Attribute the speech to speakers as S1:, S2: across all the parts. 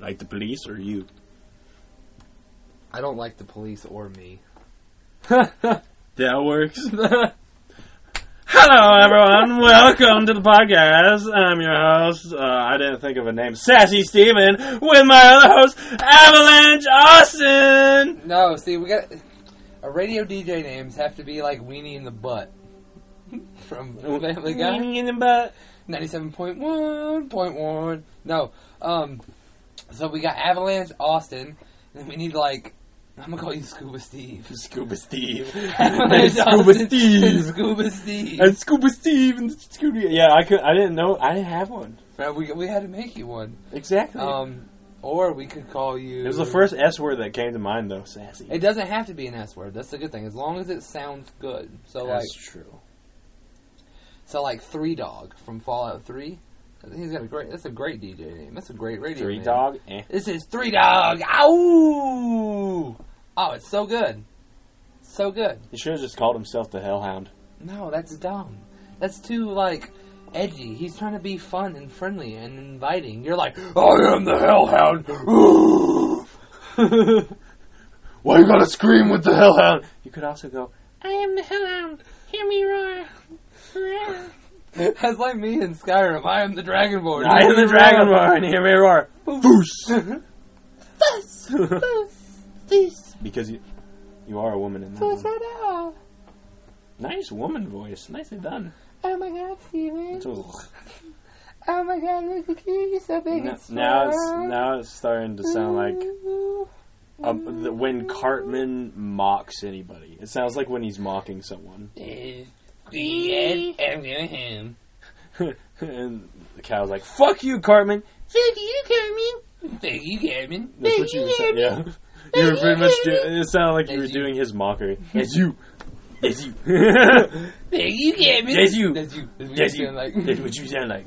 S1: Like the police or you?
S2: I don't like the police or me.
S1: That works. Hello, everyone. Welcome to the podcast. I'm your host. Uh, I didn't think of a name. Sassy Steven with my other host, Avalanche Austin.
S2: No, see, we got our radio DJ names have to be like Weenie in the Butt from Family Guy,
S1: Meaning in the butt.
S2: ninety-seven point one point one. No, um, so we got Avalanche Austin, and then we need like I'm gonna call you Scuba Steve.
S1: Scuba Steve.
S2: Avalanche
S1: Scuba
S2: Austin and
S1: Steve.
S2: Scuba Steve.
S1: And Scuba Steve and Scuba. Yeah, I could. I didn't know. I didn't have one.
S2: Right, we we had to make you one.
S1: Exactly.
S2: Um, or we could call you.
S1: it was the first S word that came to mind, though. Sassy.
S2: It doesn't have to be an S word. That's the good thing, as long as it sounds good. So like,
S1: That's true.
S2: so like Three Dog from Fallout Three. I think He's got a great. That's a great DJ name. That's a great radio.
S1: Three
S2: name.
S1: dog. Eh.
S2: This is Three Dog. Ow! Oh, it's so good. So good.
S1: He should have just called himself the Hellhound.
S2: No, that's dumb. That's too like edgy. He's trying to be fun and friendly and inviting. You're like, I am the Hellhound.
S1: Why you gotta scream with the Hellhound? You could also go, I am the Hellhound. Hear me roar.
S2: That's like me in Skyrim. I am the Dragonborn.
S1: I am the Dragonborn. Hear me roar. Foos. because you, you are a woman in that. one.
S3: Oh,
S1: Nice woman voice. Nicely done.
S2: Oh my god, Steven.
S1: Ooh.
S2: Oh my god, look at you. You're so big.
S1: Now, now it's now it's starting to sound like um, the, when Cartman mocks anybody. It sounds like when he's mocking someone.
S2: him.
S1: and the cow's like, "Fuck you, Cartman."
S2: Thank you, Carmen. Thank you, Carmen.
S1: That's what you were saying. Yeah, you were pretty much. Do- it sounded like you were
S2: That's you.
S1: doing his mockery. That's you. That's you.
S2: Thank you, Carmen.
S1: That's you.
S2: That's you. That's what
S1: That's
S2: you're
S1: you.
S2: doing,
S1: That's
S2: Like,
S1: what you sound like.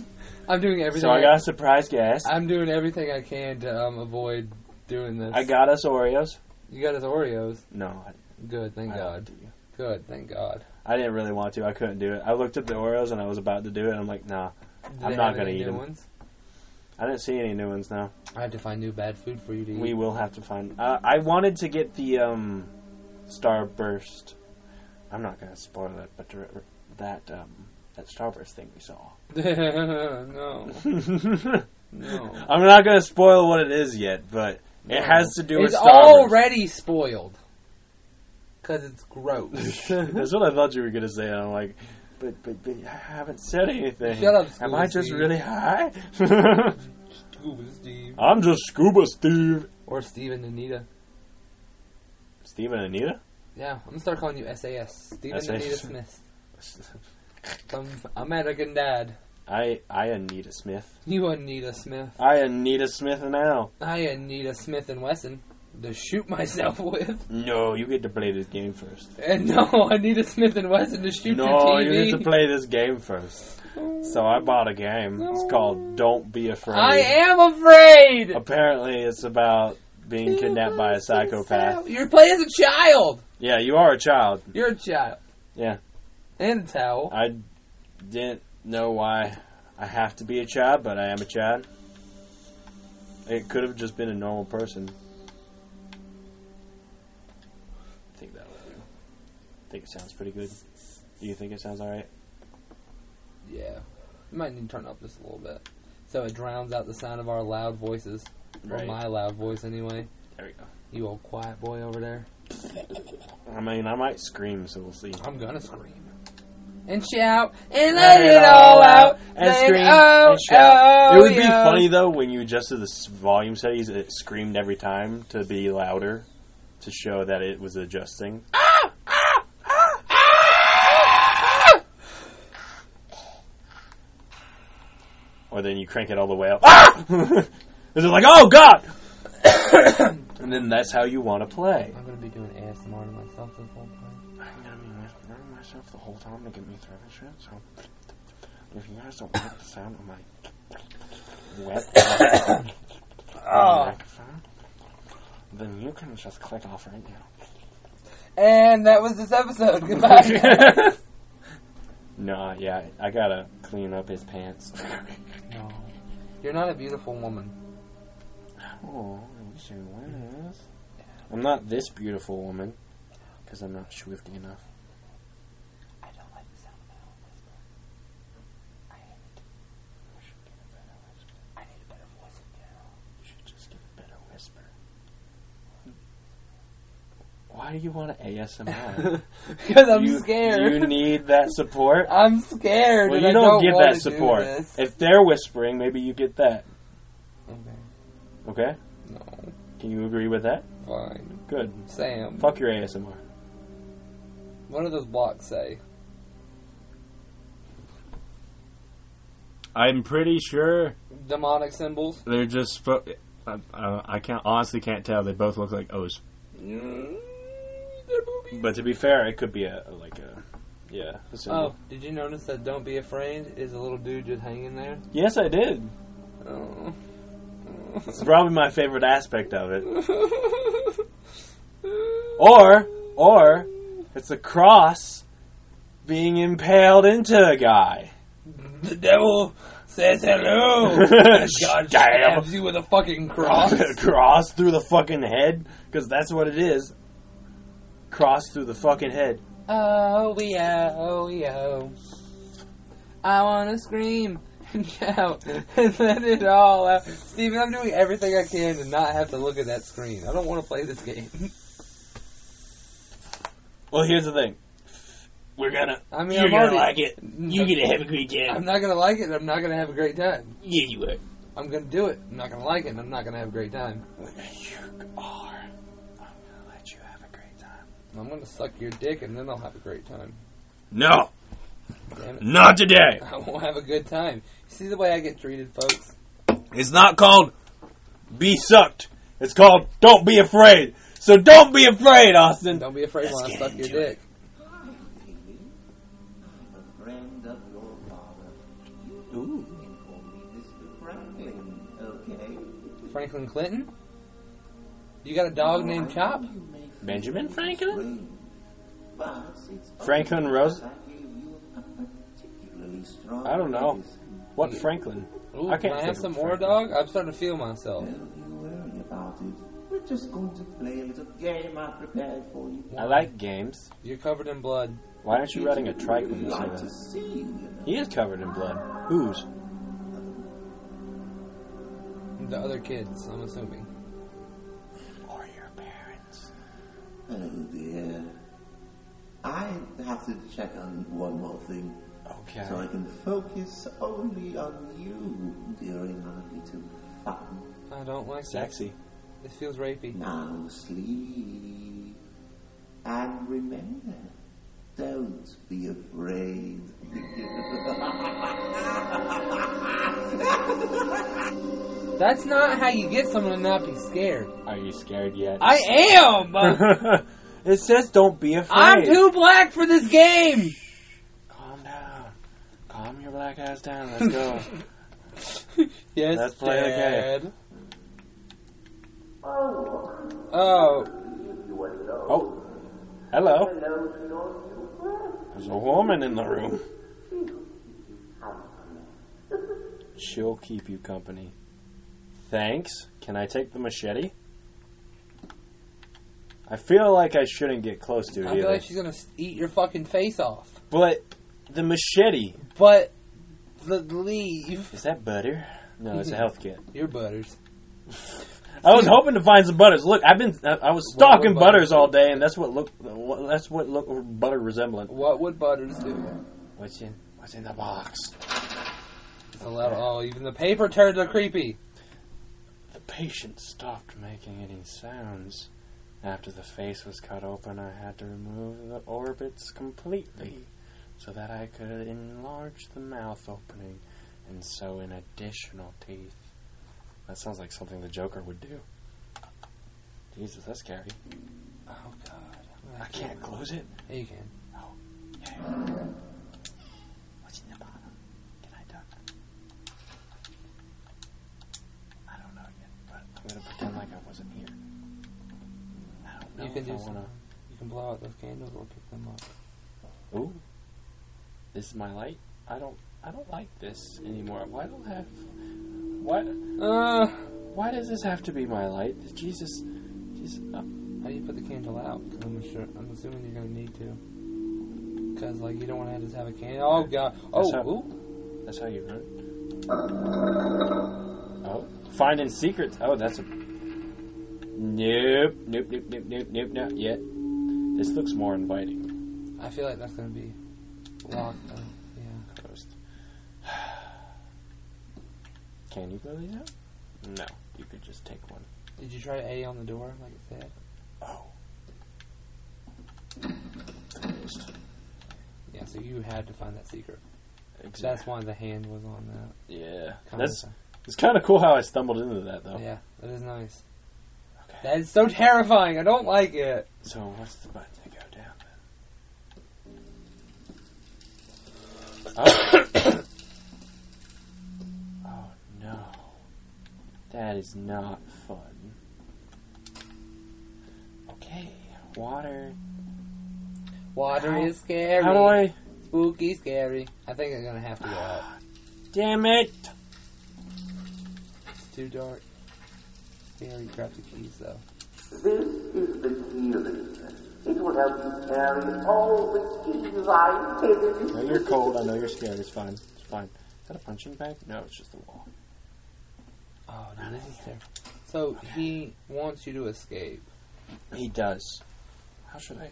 S2: I'm doing everything.
S1: So I got a surprise guest.
S2: I'm doing everything I can to um, avoid doing this.
S1: I got us Oreos.
S2: You got his Oreos.
S1: No, I,
S2: Good, thank
S1: I don't
S2: God.
S1: do you.
S2: Good, thank God.
S1: I didn't really want to. I couldn't do it. I looked at the Oreos and I was about to do it. and I'm like, nah.
S2: Did
S1: I'm
S2: they
S1: not
S2: have
S1: gonna
S2: any
S1: eat
S2: new
S1: them.
S2: Ones?
S1: I didn't see any new ones now.
S2: I have to find new bad food for you to eat.
S1: We will have to find. Uh, I wanted to get the um, Starburst. I'm not going to spoil it, but dir- that um, that Starburst thing we saw.
S2: no,
S1: I'm
S2: no.
S1: not going to spoil what it is yet, but it has to do with
S2: It's
S1: Starburst.
S2: already spoiled because it's gross.
S1: That's what I thought you were going to say. and I'm like, but but but I haven't said anything.
S2: Shut up,
S1: Am I just
S2: Scooby.
S1: really high?
S2: Scuba Steve
S1: I'm just Scuba Steve.
S2: or Steven Anita.
S1: Steve and Anita.
S2: Yeah, I'm gonna start calling you SAS. Steven
S1: SAS.
S2: Anita Smith. I'm American Dad.
S1: I I Anita Smith.
S2: You Anita Smith.
S1: I Anita Smith now.
S2: I Anita Smith and Wesson to shoot myself with.
S1: No, you get to play this game first.
S2: And no, Anita Smith and Wesson to shoot your
S1: No, you
S2: TV.
S1: get to play this game first. So I bought a game. It's called Don't Be Afraid.
S2: I am afraid.
S1: Apparently, it's about being kidnapped by a psychopath.
S2: You're playing as a child.
S1: Yeah, you are a child.
S2: You're a child.
S1: Yeah.
S2: And a towel.
S1: I didn't know why I have to be a child, but I am a child. It could have just been a normal person. I think that will do. I think it sounds pretty good. Do you think it sounds alright?
S2: Yeah. You might need to turn up just a little bit. So it drowns out the sound of our loud voices. Or my loud voice, anyway.
S1: There we go.
S2: You old quiet boy over there.
S1: I mean, I might scream, so we'll see.
S2: I'm gonna scream. And shout. And let, it all out.
S1: and
S2: Then,
S1: scream
S2: oh,
S1: and shout.
S2: oh,
S1: it would be
S2: yeah.
S1: funny though when you adjusted the s- volume settings; it screamed every time to be louder to show that it was adjusting. or then you crank it all the way up. Ah! Is it like, oh god? and then that's how you want to play.
S2: I'm gonna be doing ASMR to myself this whole time.
S1: I'm gonna be murdering myself the whole time to get me through this shit. So, if you guys don't like the sound of my wet
S2: Oh.
S1: microphone, then you can just click off right
S2: And that was this episode. Goodbye.
S1: now. nah, yeah, I gotta clean up his pants.
S2: no. You're not a beautiful woman.
S1: Oh, I wish I was. I'm not this beautiful woman because I'm not swifty enough.
S2: I don't like the sound of my own whisper. I hate it.
S1: You should get a better whisper.
S2: I need a better voice in general.
S1: You should just get a better whisper. Why do you want an ASMR?
S2: Because I'm
S1: you,
S2: scared.
S1: You need that support.
S2: I'm scared.
S1: well,
S2: and
S1: you
S2: I
S1: don't,
S2: don't
S1: get
S2: wanna
S1: that support.
S2: Do this.
S1: If they're whispering, maybe you get that.
S2: okay.
S1: Okay?
S2: No.
S1: Can you agree with that?
S2: Fine.
S1: Good.
S2: Sam.
S1: Fuck your ASMR.
S2: What do those blocks say?
S4: I'm pretty sure
S2: Demonic symbols?
S4: they're just. Fo- I, I, I can't honestly can't tell. They both look like O's.
S2: Mm, they're boobies.
S1: But to be fair, it could be a, a- like a yeah. a symbol.
S2: Oh, did you notice that Don't Be Afraid is a little dude just hanging there?
S1: Yes, I did.
S2: Oh.
S1: It's probably my favorite aspect of it. Or or it's a cross being impaled into a guy.
S2: the devil says hello. and
S1: Damn.
S2: God stabs you with a fucking cross.
S1: cross through the fucking head because that's what it is. Cross through the fucking head.
S2: oh, we oh, we oh. I want to scream and shout and let it all out. Steven, I'm doing everything I can to not have to look at that screen. I don't want to play this game.
S1: Well, here's the thing. We're gonna.
S2: I mean,
S1: you're
S2: I'm
S1: gonna
S2: already,
S1: like it. You get to have a great
S2: I'm
S1: jam.
S2: not gonna like it. and I'm not gonna have a great time.
S1: Yeah, you are.
S2: I'm gonna do it. I'm not gonna like it. and I'm not gonna have a great time.
S1: You are. I'm gonna let you have a great time.
S2: I'm gonna suck your dick, and then I'll have a great time.
S4: No,
S2: Damn it.
S4: not today.
S2: I won't have a good time. You see the way I get treated, folks?
S4: It's not called.
S1: Be sucked. It's called Don't Be Afraid. So don't be afraid, Austin.
S2: Don't be afraid
S1: Let's
S2: when I
S1: get
S2: suck your
S1: into it.
S2: dick.
S5: The friend of your father.
S1: Ooh.
S5: Inform me Mr. Franklin, okay?
S2: Franklin Clinton? You got a dog named Chop?
S5: You may
S1: Benjamin Franklin?
S5: claim, but it's
S1: Franklin
S5: obvious
S1: Rose-
S5: that I gave you a particularly strong
S1: I don't know.
S5: medicine.
S1: What Franklin?
S2: Ooh,
S1: I
S2: can
S1: can't
S2: I
S1: think
S2: have
S1: of
S2: some
S1: a
S2: more,
S1: Franklin.
S2: dog? I'm starting to feel myself.
S5: Don't you worry about it. We're just going to play a little game I prepared for you.
S1: I like games.
S2: You're covered in blood.
S1: Why aren't you riding a trike when
S5: We'd
S1: you say
S5: like to
S1: that?
S5: see you, you know.
S1: He is covered in blood. Who's?
S2: The other kids, I'm assuming.
S1: Or your parents.
S5: Oh dear. I have to check on one more thing.
S1: Okay.
S5: So I can focus only on you during our little fun.
S2: I don't like sex.
S1: Sexy.
S2: This feels rapey.
S5: Now sleep. And remember, don't be afraid.
S2: That's not how you get someone to not be scared.
S1: Are you scared yet?
S2: I am! but
S1: it says don't be afraid.
S2: I'm too black for this game!
S1: Calm down. Calm your black ass down. Let's go.
S2: Yes,
S1: Let's play the
S2: Dad. Oh,
S1: oh. Hello. There's a woman in the room. She'll keep you company. Thanks. Can I take the machete? I feel like I shouldn't get close to it
S2: I
S1: either.
S2: feel like she's gonna s- eat your fucking face off.
S1: But the machete.
S2: But the leave.
S1: Is that butter? No, it's a health kit.
S2: Your butters.
S1: I was hoping to find some butters. Look, I've been I, I was
S2: What would
S1: stalking
S2: butter
S1: butters
S2: do?
S1: all day, and that's what look what, that's what look butter resemblant.
S2: What would butters do?
S1: What's in What's in the box?
S2: It's a lot- Oh, even the paper turds are creepy.
S1: The patient stopped making any sounds. After the face was cut open, I had to remove the orbits completely so that I could enlarge the mouth opening and sew in additional teeth. That sounds like something the Joker would do. Jesus, that's scary.
S2: Oh god.
S1: I can't close it.
S2: Yeah, you can.
S1: What's in the bottom? Can I duck? I don't know yet, but I'm gonna pretend like I wasn't here. I don't know
S2: You can
S1: if
S2: do
S1: I
S2: some-
S1: wanna.
S2: You can blow out those candles or pick them up.
S1: Ooh, this is my light. I don't. I don't like this anymore. Why don't I have? Why?
S2: Uh,
S1: Why does this have to be my light? Jesus, Jesus, uh,
S2: How do you put the candle out? 'Cause I'm sure. I'm assuming you're gonna need to. Cause like you don't want to just have a candle. Oh god. Oh.
S1: That's how-
S2: ooh.
S1: that's how you run. Oh, finding secrets. Oh, that's a. Nope, nope, nope, nope, nope, nope, not yet. This looks more inviting.
S2: I feel like that's gonna be locked. Oh, yeah.
S1: Closed. Can you blow these out? No, you could just take one.
S2: Did you try A on the door like it said?
S1: Oh. Closed.
S2: Yeah. So you had to find that secret. That's
S1: Exactly.
S2: why the hand was on that.
S1: Yeah.
S2: kind of
S1: That's
S2: thing.
S1: it's kind of cool how I stumbled into that though.
S2: Yeah. That is nice.
S1: Okay.
S2: That is so terrifying. I don't like it.
S1: So what's the button to go down then? Oh. oh no. That is not fun. Okay, water.
S2: Water
S1: How-
S2: is scary.
S1: How do I? Ah,
S2: Spooky, scary. I think I'm gonna have to go out.
S1: Damn it!
S2: It's too dark. Yeah, you grabbed the keys though.
S6: This is the healing. It will help you carry all the issues I
S1: I
S6: carry.
S1: know you're cold. I know you're scared. It's fine. It's fine. Is that a punching bag? No, it's just the wall.
S2: Oh, no, this is terrible. So he wants you to escape.
S1: He does. How should I?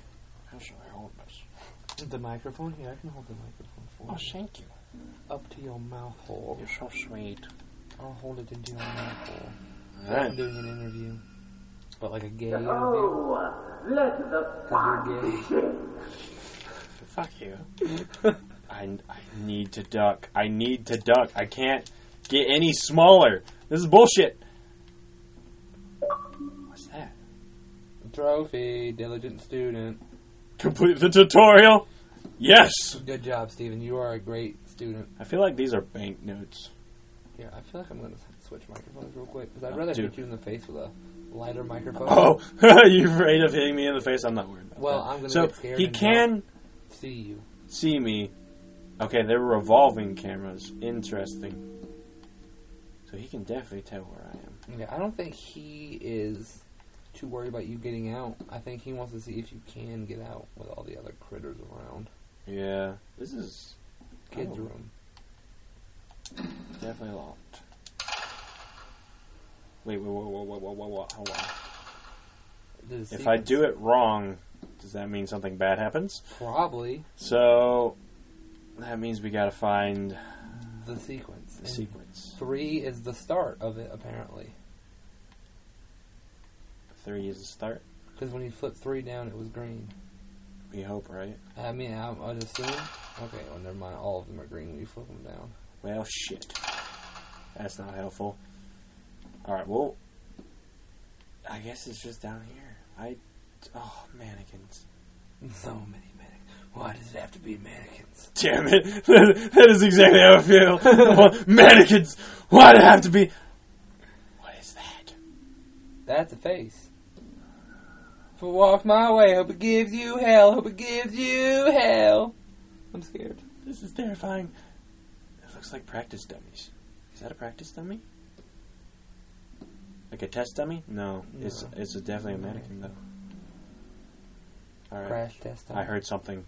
S1: How should I hold this?
S2: The microphone? Yeah, I can hold the microphone for
S1: Oh, thank you.
S2: Up to your mouth hole.
S1: You're so sweet.
S2: I'll hold it into your mouth hole. I'm
S1: Alright.
S2: doing an interview. But like a gay interview.
S6: Oh, let the
S2: Cause you're gay.
S1: Fuck you. I, I need to duck. I need to duck. I can't get any smaller. This is bullshit. What's that?
S2: Trophy, diligent student.
S1: Complete the tutorial? Yes!
S2: Good job, Steven. You are a great student.
S1: I feel like these are banknotes.
S2: Yeah, I feel like I'm gonna switch microphones real quick.
S1: Oh,
S2: Because I'd rather
S1: dude.
S2: hit you in the face with a lighter microphone.
S1: Oh, you afraid of hitting me in the face? I'm not worried about
S2: Well,
S1: that.
S2: I'm gonna
S1: So,
S2: get scared
S1: he
S2: and
S1: can
S2: See you.
S1: see me. Okay, they're revolving cameras. Interesting. So he can definitely tell where I am.
S2: Yeah, I don't think he is too worried about you getting out. I think he wants to see if you can get out with all the other critters around.
S1: Yeah, this is
S2: Kids
S1: Oh.
S2: room.
S1: Definitely locked. Wait, wait, whoa, whoa, whoa, whoa, whoa, whoa, hold on.
S2: There's a
S1: If I
S2: secret-
S1: do it wrong, does that mean something bad happens?
S2: probably
S1: So that means we gotta find
S2: the sequence.
S1: the
S2: And
S1: sequence.
S2: Three is the start of it, apparently,
S1: Three is the start.
S2: because when he flipped three down, it was green.
S1: We hope, right?
S2: I mean, I, I'd assume. Okay, well, never mind. All of them are green when you flip them down.
S1: Well, shit. That's not helpful. All right, well, I guess it's just down here. I, oh, mannequins.
S2: So many mannequins. Why does it have to be mannequins?
S1: Damn it. that is exactly how I feel. Well, mannequins! Why'd it have to be? What is that?
S2: That's a face. For walk my way, hope it gives you hell. Hope it gives you hell. I'm scared.
S1: This is terrifying. It looks like practice dummies. Is that a practice dummy? Like a test dummy? No. It's
S2: No.
S1: it's a definitely a mannequin though. Alright.
S2: Crash test.
S1: I heard something.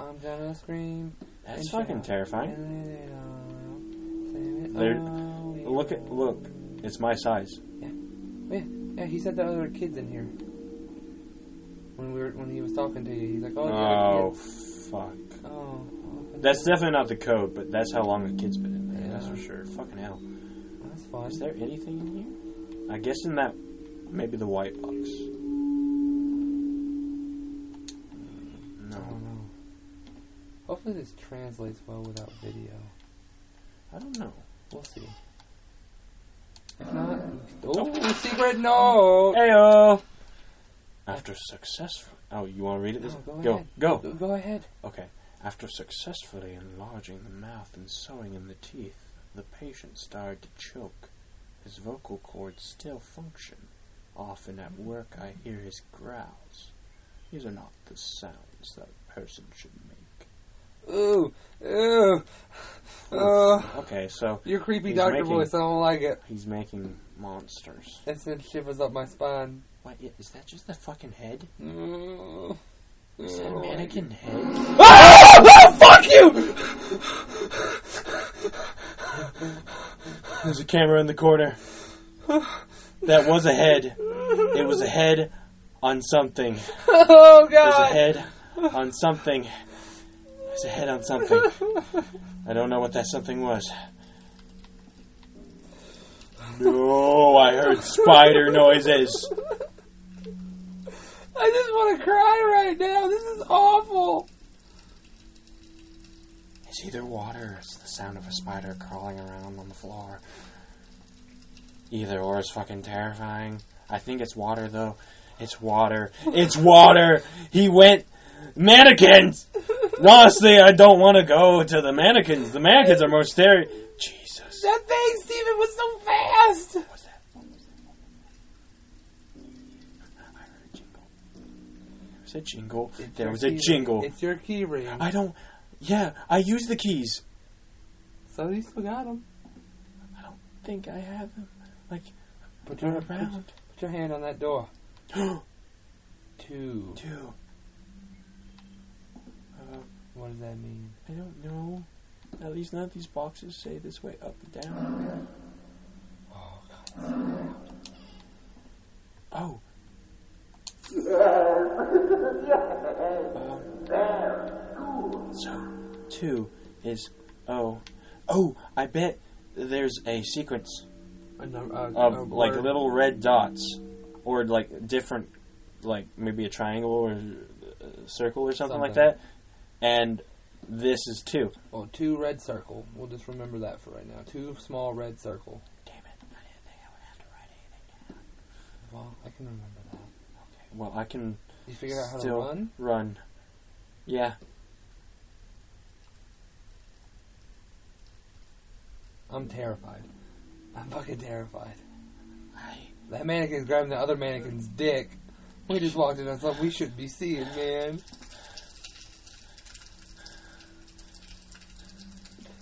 S2: I'm gonna scream.
S1: That's
S2: and
S1: fucking
S2: shout.
S1: terrifying.
S2: And it all. Say it
S1: There-
S2: all, yeah.
S1: Look at look. It's my size.
S2: Yeah, he said that there were kids in here. When we were, when he was talking to you, he's like, "Oh, there are
S1: Oh
S2: kids."
S1: fuck.
S2: Oh. okay.
S1: That's definitely not the code, but that's how long the kid's been in there.
S2: Yeah.
S1: That's for sure. Fucking hell.
S2: That's fine.
S1: Is there anything in here? I guess in that, maybe the white box.
S2: I
S1: No,
S2: don't know. Hopefully, this translates well without video.
S1: I don't know.
S2: We'll see. If not, oh, secret note.
S1: Heyo. After successful, oh, you want to read it?
S2: No, go
S1: go,
S2: ahead.
S1: go.
S2: Go- Go ahead.
S1: Okay. After successfully enlarging the mouth and sewing in the teeth, the patient started to choke. His vocal cords still function. Often at work, I hear his growls. These are not the sounds that a person should make.
S2: ooh, ooh. Uh,
S1: Okay, so
S2: your creepy
S1: He's
S2: doctor
S1: making-
S2: voice, I don't like it.
S1: he's making monsters.
S2: That sent shivers up my spine.
S1: What i- is that? Just the fucking head?
S2: Mm.
S1: Is that a mannequin head?
S2: Ah, fuck you!
S1: There's a camera in the corner. That was a head. It was a head on something.
S2: Oh
S1: There's a
S2: god!
S1: head on something. There's a head on something. I don't know what that something was. No, I heard spider noises.
S2: I just want to cry right now. This is awful.
S1: It's either water or it's the sound of a spider crawling around on the floor. Either or is fucking terrifying. I think it's water though. It's water. It's water! He went mannequins! Honestly, I don't want to go to the mannequins. The mannequins are more scary. Jesus.
S2: That thing, Steven, was so fast.
S1: What's that? I heard a jingle. There was a jingle. There was a jingle.
S2: It's your key ring.
S1: I don't. Yeah, I used the keys.
S2: So you still got them.
S1: think I have them. Like,
S2: Put
S1: they're
S2: your, put,
S1: around.
S2: put your hand on that door.
S1: Two.
S2: Two.
S1: Uh,
S2: What does that mean?
S1: I don't know. At least none of these boxes say this way up and down. Oh. Um, so, two is oh. Oh, I bet there's a sequence
S2: A num- a-
S1: of
S2: a
S1: Uh, like
S2: word.
S1: little red dots or like different like maybe a triangle or a circle or something, like
S2: Something.
S1: that and this is two
S2: Oh, two red circle. We'll just remember that for right now. Two small red circle.
S1: damn it i didn't think i would have to write anything
S2: Well, I can remember that.
S1: well i can
S2: You figured out how
S1: Still.
S2: to run?
S1: run yeah
S2: I'm terrified. I'm fucking terrified.
S1: i
S2: That mannequin's grabbing the other mannequin's dick. We just walked in on something we shouldn't be seeing, man.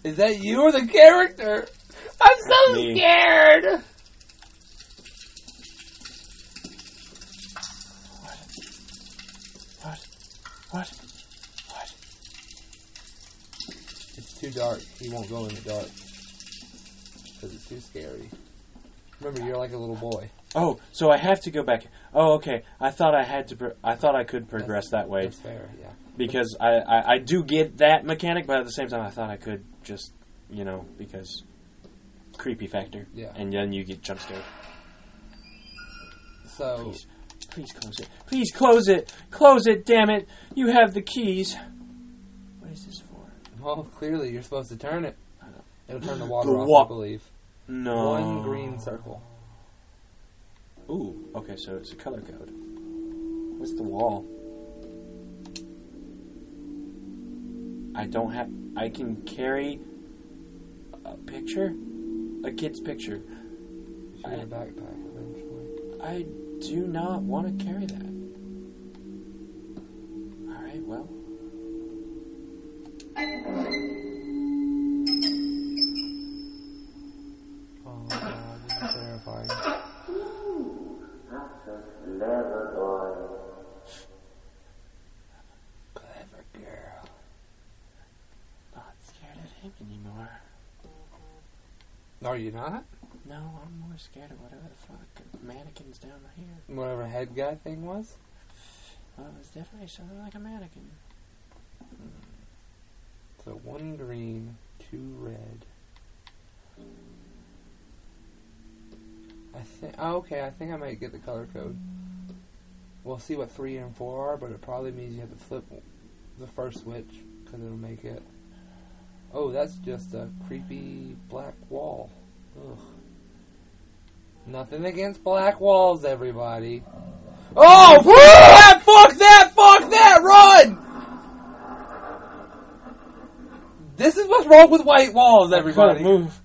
S2: Is that you or the character? I'm so
S1: Me.
S2: scared!
S1: what what what
S2: It's too dark. He won't go in the dark. Because it's too scary. Remember, you're like a little boy.
S1: oh so i have to go back oh okay i thought i had to pro- i thought i could progress that way
S2: That's fair, yeah.
S1: because I, I i do get that mechanic but at the same time i thought i could just you know because creepy factor
S2: Yeah.
S1: and then you get jump scared
S2: So,
S1: Please, please close it. Please close it. Close it, damn it. You have the keys. What is this for?
S2: well, clearly you're supposed to turn it. It'll turn the water
S1: The
S2: off,
S1: wa-
S2: I believe.
S1: No.
S2: One green circle.
S1: Ooh, okay, so it's a color code. What's the wall? I don't have. I can carry a picture? A kid's picture.
S2: You should get a backpack eventually.
S1: I do not want to carry that. Alright, well.
S2: Oh, God, this is terrifying.
S6: Clever boy.
S2: Clever girl.
S1: Not scared of him anymore.
S2: Are you not?
S1: No, I'm more scared of whatever the fuck mannequin's down here.
S2: Whatever head guy thing was?
S1: Well, it's definitely something like a mannequin.
S2: So one green, two red. I think. Oh, okay. I think I might get the color code. We'll see what three and four are, but it probably means you have to flip the first switch because it'll make it. Oh, that's just a creepy black wall. Ugh. Nothing against black walls, everybody. Oh, fuck that! Fuck that! Run! This is what's wrong with white walls, everybody.
S1: move.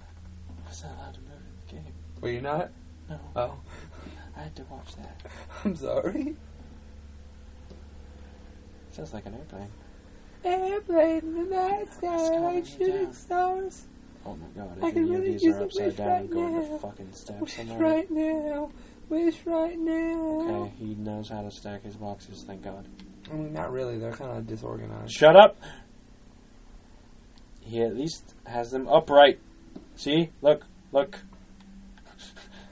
S1: I was not allowed to move in the game.
S2: Were you not?
S1: No,
S2: Oh,
S1: I had to watch that.
S2: I'm sorry.
S1: Sounds like an airplane.
S2: airplane in the night sky,
S1: coming
S2: like shooting
S1: down.
S2: stars
S1: Oh my god,
S2: I
S1: I
S2: can
S1: think
S2: really
S1: these
S2: use
S1: are
S2: a
S1: upside
S2: wish
S1: down
S2: right
S1: and going
S2: now.
S1: to fucking stab
S2: wish
S1: somebody.
S2: right now, wish right now.
S1: Okay, he knows how to stack his boxes, thank god.
S2: I mean, not really. They're kind of disorganized.
S1: Shut up! He at least has them upright. See? Look, look.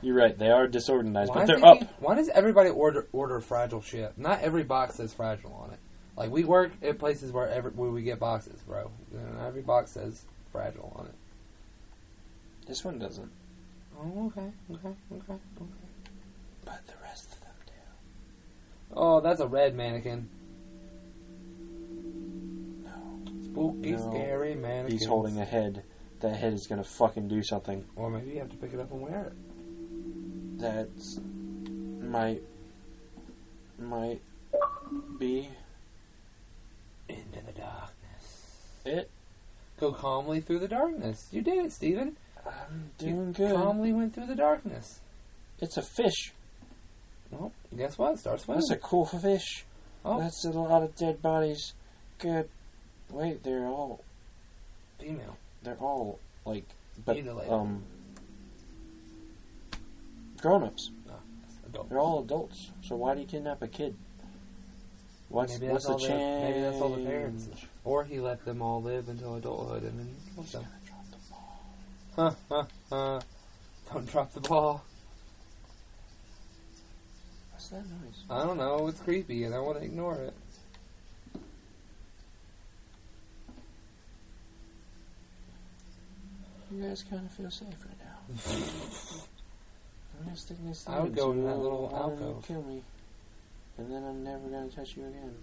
S1: You're right, they are disorganized, but
S2: did
S1: they're up.
S2: we- why does everybody order order fragile shit? Not every box says fragile on it. Like we work at places where every where we get boxes, bro. Not every box says fragile on it.
S1: This one doesn't,
S2: Oh, okay, okay, okay, okay.
S1: but the rest of them do.
S2: Oh, that's a red mannequin. Spooky,
S1: No.
S2: scary mannequin.
S1: He's holding a head. That head is gonna fucking do something.
S2: Or maybe you have to pick it up and wear it.
S1: That's might might be
S2: Into the darkness.
S1: it.
S2: Go calmly through the darkness. You did it, Steven.
S1: I'm
S2: You
S1: doing good.
S2: Calmly went through the darkness.
S1: It's a fish.
S2: Well, guess what? Start swimming.
S1: That's a cool fish.
S2: oh,
S1: That's a lot of dead bodies. Good. Wait, they're all
S2: female.
S1: they're all like but
S2: Either way.
S1: um grown ups.
S2: Adult.
S1: They're all adults. So why do you kidnap a kid? What's
S2: Maybe
S1: what's
S2: that's
S1: the
S2: all their-
S1: change?
S2: maybe that's all the parents. Or he let them all live until adulthood and then killed them. Huh, huh, huh. Don't drop the ball.
S1: What's that noise?
S2: I don't know. It's creepy, and I want to ignore it.
S1: You guys kind of feel safe right now. I'm gonna stick this
S2: I would
S1: thing
S2: go
S1: so
S2: in that
S1: you
S2: little
S1: won't wanna
S2: alcove.
S1: Kill me, and then I'm never gonna touch you again.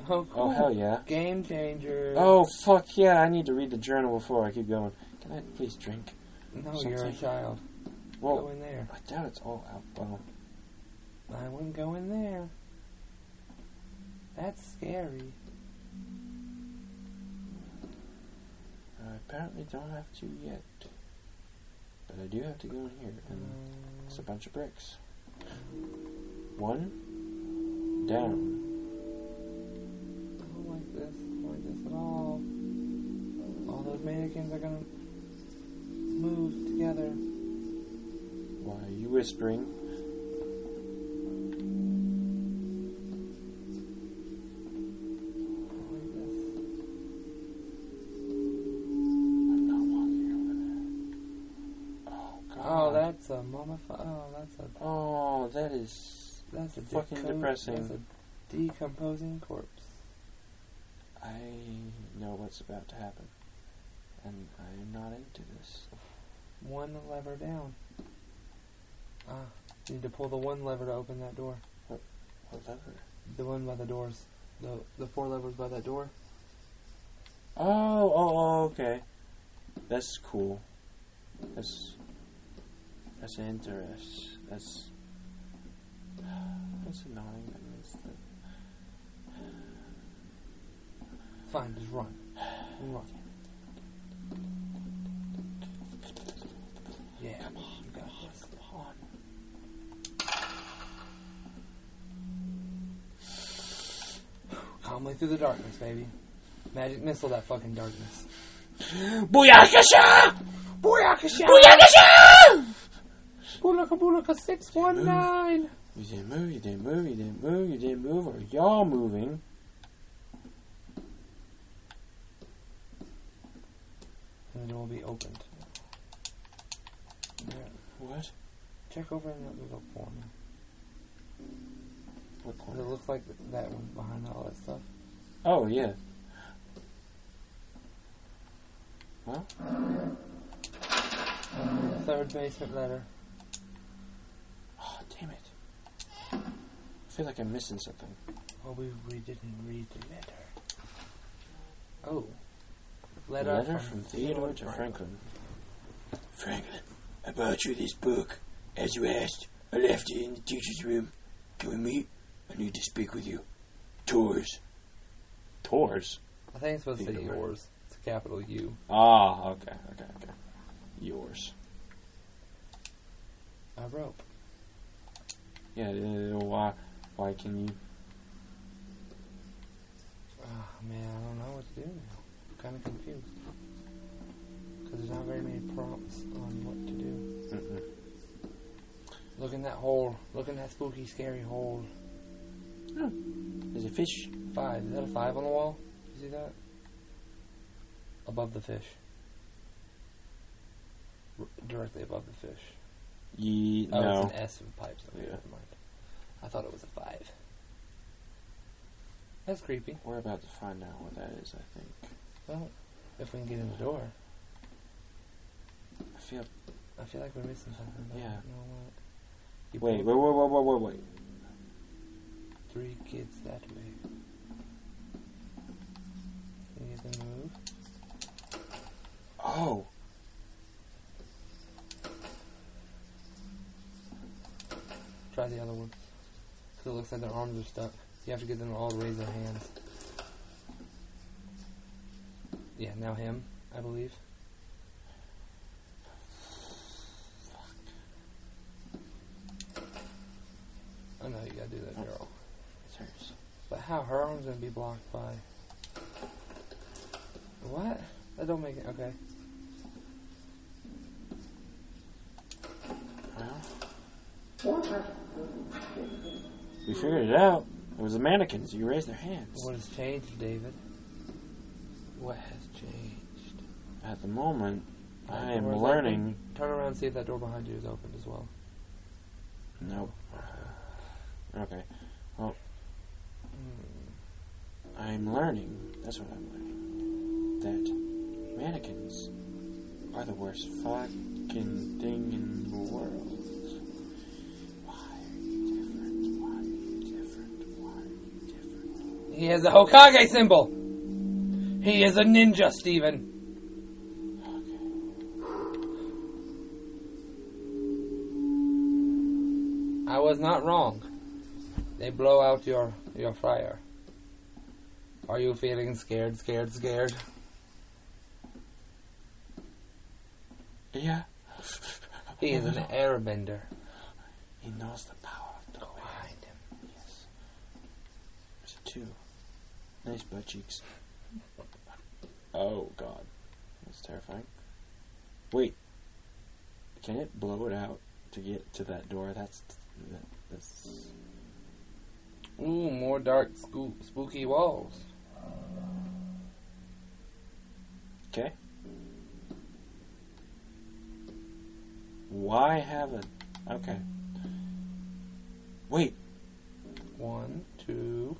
S2: Oh, cool.
S1: Oh hell yeah!
S2: Game changer.
S1: Oh fuck yeah! I need to read the journal before I keep going. Can I please drink?
S2: no, you're a
S1: something.
S2: child. Go
S1: Well,
S2: in there.
S1: I doubt it's all alcohol.
S2: I wouldn't go in there. That's scary.
S1: I apparently don't have to yet, but I do have to go in here, and it's a bunch of bricks. One down.
S2: I don't like this. I don't like this at all. All those mannequins are gonna move together.
S1: Why are you whispering?
S2: I don't like this.
S1: I'm not walking over there. Oh god.
S2: Oh, that's a mummifi. Oh, that's a
S1: Oh, that is.
S2: that's a
S1: Fucking
S2: deco-
S1: depressing.
S2: That's a decomposing corpse.
S1: I know what's about to happen. And I am not into this.
S2: One lever down. Ah, you need to pull the one lever to open that door.
S1: Whatever.
S2: The one by the doors. The the four levers by that door.
S1: Oh, oh, oh, okay. That's cool. That's. That's interest. That's. That's annoying. That means that.
S2: Fine, just run. Run. Yeah, come on, you got this.
S1: Come on.
S2: Calmly through the darkness, baby. Magic missile that fucking darkness.
S1: Booyakasha!
S2: Booyakasha! Boolaka boolaka 619!
S1: You didn't move, you didn't move, you didn't move, you didn't move. Are y'all moving?
S2: And the door will be opened. Yeah.
S1: What?
S2: Check over in that little corner.
S1: What
S2: Does it
S1: corner?
S2: look like that one behind all that stuff?
S1: Oh, yeah. Well,
S2: Third basement letter.
S1: Oh, damn it. I feel like I'm missing something.
S2: Oh, we, we didn't read the letter. Oh. Letter,
S1: A letter from, Theodore to Franklin. Franklin, I brought you this book. As you asked, I left it in the teacher's room. Can we meet? I need to speak with you. Tours. Tours?
S2: I think it's supposed to say
S1: Theodore.
S2: yours. It's a capital U.
S1: Ah, okay, okay, okay. Yours.
S2: A rope.
S1: Yeah, uh, why, why can you?
S2: Oh, man, I don't know what to do now. I'm kind of confused. Because there's not very many prompts on what to do.
S1: Mm-mm.
S2: Look in that hole. Look in that spooky, scary hole.
S1: There's a fish.
S2: Five. Is that a five on the wall? You see that? Above the fish. R- directly above the fish.
S1: Ye-
S2: Oh,
S1: no.
S2: it's an S with pipes. Okay,
S1: Yeah.
S2: never mind. I thought it was a five. That's creepy.
S1: We're about to find out what that is, I think.
S2: Well, if we can get in the door,
S1: I feel.
S2: I feel like we're missing something. but I
S1: Yeah.
S2: don't know what. You
S1: Wait, wait,
S2: put
S1: wait, wait, wait, wait, wait.
S2: Three kids that way. Can you get them to move?
S1: Oh!
S2: Try the other one. Because it looks like their arms are stuck. You have to get them to all raise their hands. Yeah, now him, I believe. I know you gotta do that girl.
S1: It's hers.
S2: But how her arm's gonna be blocked by. What? That don't make it. Okay.
S1: Well. We figured it out. It was the mannequins. You raised their hands.
S2: What has changed, David? What has changed?
S1: At the moment, I am
S2: Door's
S1: learning.
S2: open. Turn around and see if that door behind you is open as well.
S1: Nope. Okay. I'm learning. That's what I'm learning. That mannequins are the worst fucking thing in the world. Why are you different? Why are you different? Why are you different?
S2: He has a Hokage symbol. He is a ninja, Steven.
S1: Okay.
S2: I was not wrong. They blow out your your fryer. Are you feeling scared, scared, scared?
S1: Yeah.
S2: He is an airbender.
S1: He knows the power of the wind.
S2: Behind him.
S1: Yes. There's a two. Nice butt cheeks. Oh god. That's terrifying. Wait. Can it blow it out to get to that door? That's that, that's
S2: Ooh, more dark, scoop, spooky walls.
S1: okay. Why haven't okay. Wait,
S2: One, two.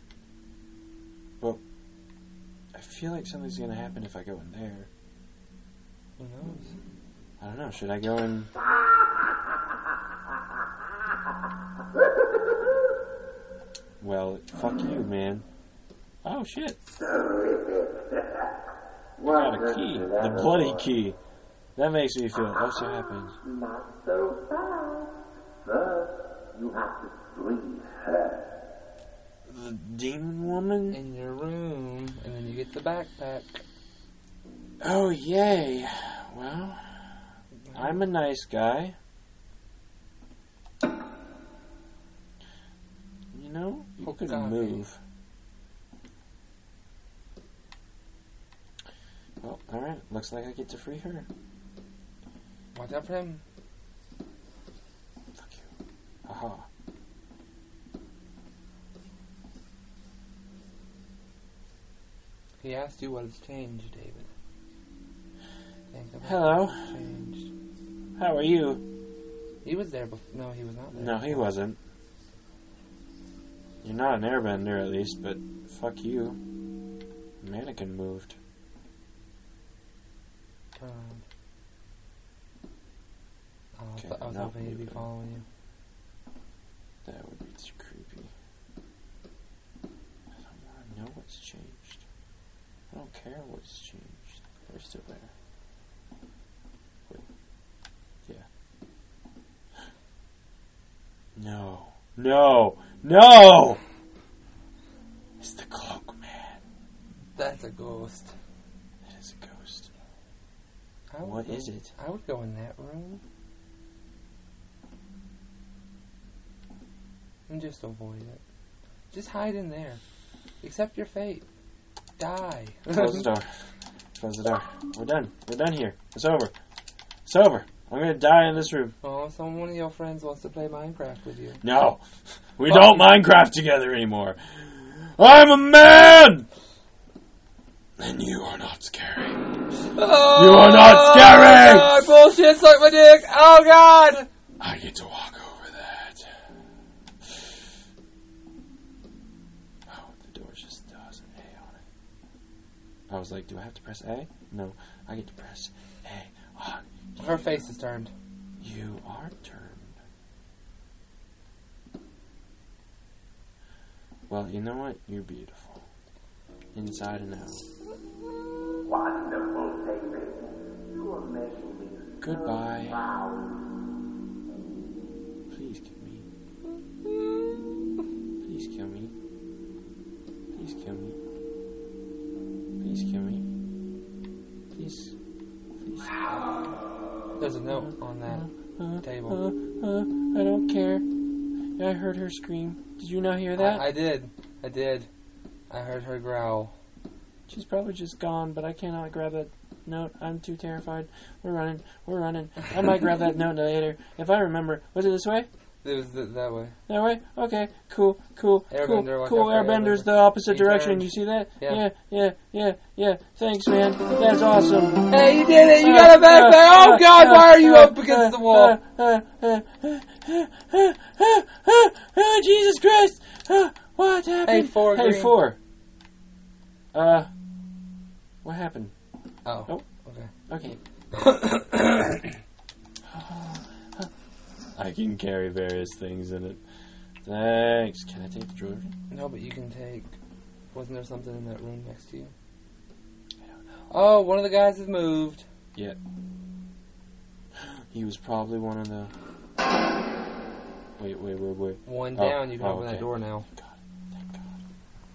S1: I feel like something's gonna happen if I go in there.
S2: Who knows?
S1: I don't know, should I go in Well, fuck you, man. Oh shit. I got a key. The bloody key. That makes me feel oh so happy.
S6: Not so fast. First, you have to free her.
S1: The demon woman?
S2: In your room, and then you get the backpack.
S1: Oh yay. Well I'm a nice guy. You know, you could
S2: Hokage.
S1: move. Well, alright, Oh, looks like I get to free her.
S2: Watch out for him.
S1: Fuck you. Aha.
S2: He asked you what has changed, David. Think about
S1: Hello.
S2: what's Changed.
S1: How are you?
S2: He was there before. No, he was not there.
S1: No, he wasn't. You're not an airbender, at least, but fuck you. Mannequin moved.
S2: Turn around. Oh, Uh, I
S1: Okay,
S2: thought- I was
S1: now
S2: hoping he'd be
S1: you can-
S2: following you.
S1: That would be too creepy. I don't want to know what's changed. I don't care what's changed. They're still there. Wait. Yeah. No. No! No! It's the cloak man.
S2: That's a ghost.
S1: It is a ghost.
S2: I would
S1: What
S2: go-
S1: is it?
S2: I would go in that room. And just avoid it. Just hide in there. Accept your fate. die.
S1: Close the door. Close the door. We're done. We're done here. It's over. It's over. I'm gonna die in this room.
S2: well, if some one of your friends wants to play Minecraft with you.
S1: No. We don't Minecraft together anymore. I'm a man! And you are not scary.
S2: Oh,
S1: are not scary!
S2: God, bullshit, suck my dick! Oh god!
S1: I get to walk over that. Oh, the door just does an A on it. I was like, do I have to press A? No, I get to press A on
S2: Her face is turned.
S1: You are turned. Well, you know what? You're beautiful. Inside and out.
S6: Wonderful, David. You are making me
S1: Goodbye.
S6: proud.
S1: Please kill me. Please kill me. Please kill me. Please kill me. Please. Please.
S2: There's a note on that.
S1: Uh,
S2: Table.
S1: Uh, uh, I don't care. I heard her scream. Did you not hear that?
S2: I, I did. I did. I heard her growl.
S1: She's probably just gone, but I cannot grab that note. I'm too terrified. We're running. We're running. I might grab that note later. If I remember. Was it this way?
S2: It was th- that way.
S1: That way? Okay. Cool. Cool.
S2: Airbender,
S1: cool.
S2: watch
S1: Cool.
S2: out for
S1: Airbender's
S2: Airbender.
S1: the opposite
S2: He
S1: direction.
S2: turned.
S1: You see that?
S2: Yeah.
S1: yeah. Yeah. Yeah. Yeah. Thanks, man. That's awesome.
S2: Hey, you did it! You
S1: Uh,
S2: got it back
S1: uh,
S2: there! Oh
S1: uh,
S2: god,
S1: uh,
S2: why are you
S1: uh,
S2: up against
S1: uh,
S2: the wall?
S1: uh, uh, uh, uh, uh, uh, uh, uh, Jesus Christ! Uh, what happened?
S2: Hey, four
S1: Hey,
S2: green.
S1: four. Uh, what happened?
S2: Oh.
S1: Nope.
S2: Okay.
S1: Okay. I can carry various things in it. Thanks. Can I take the drawer?
S2: No, but you can take. Wasn't there something in that room next to you?
S1: I don't know.
S2: Oh, one of the guys has moved.
S1: Yeah. He was probably one of the. Wait, wait, wait, wait.
S2: One
S1: Oh,
S2: down, you can
S1: oh,
S2: open
S1: okay.
S2: that door now.
S1: Thank God.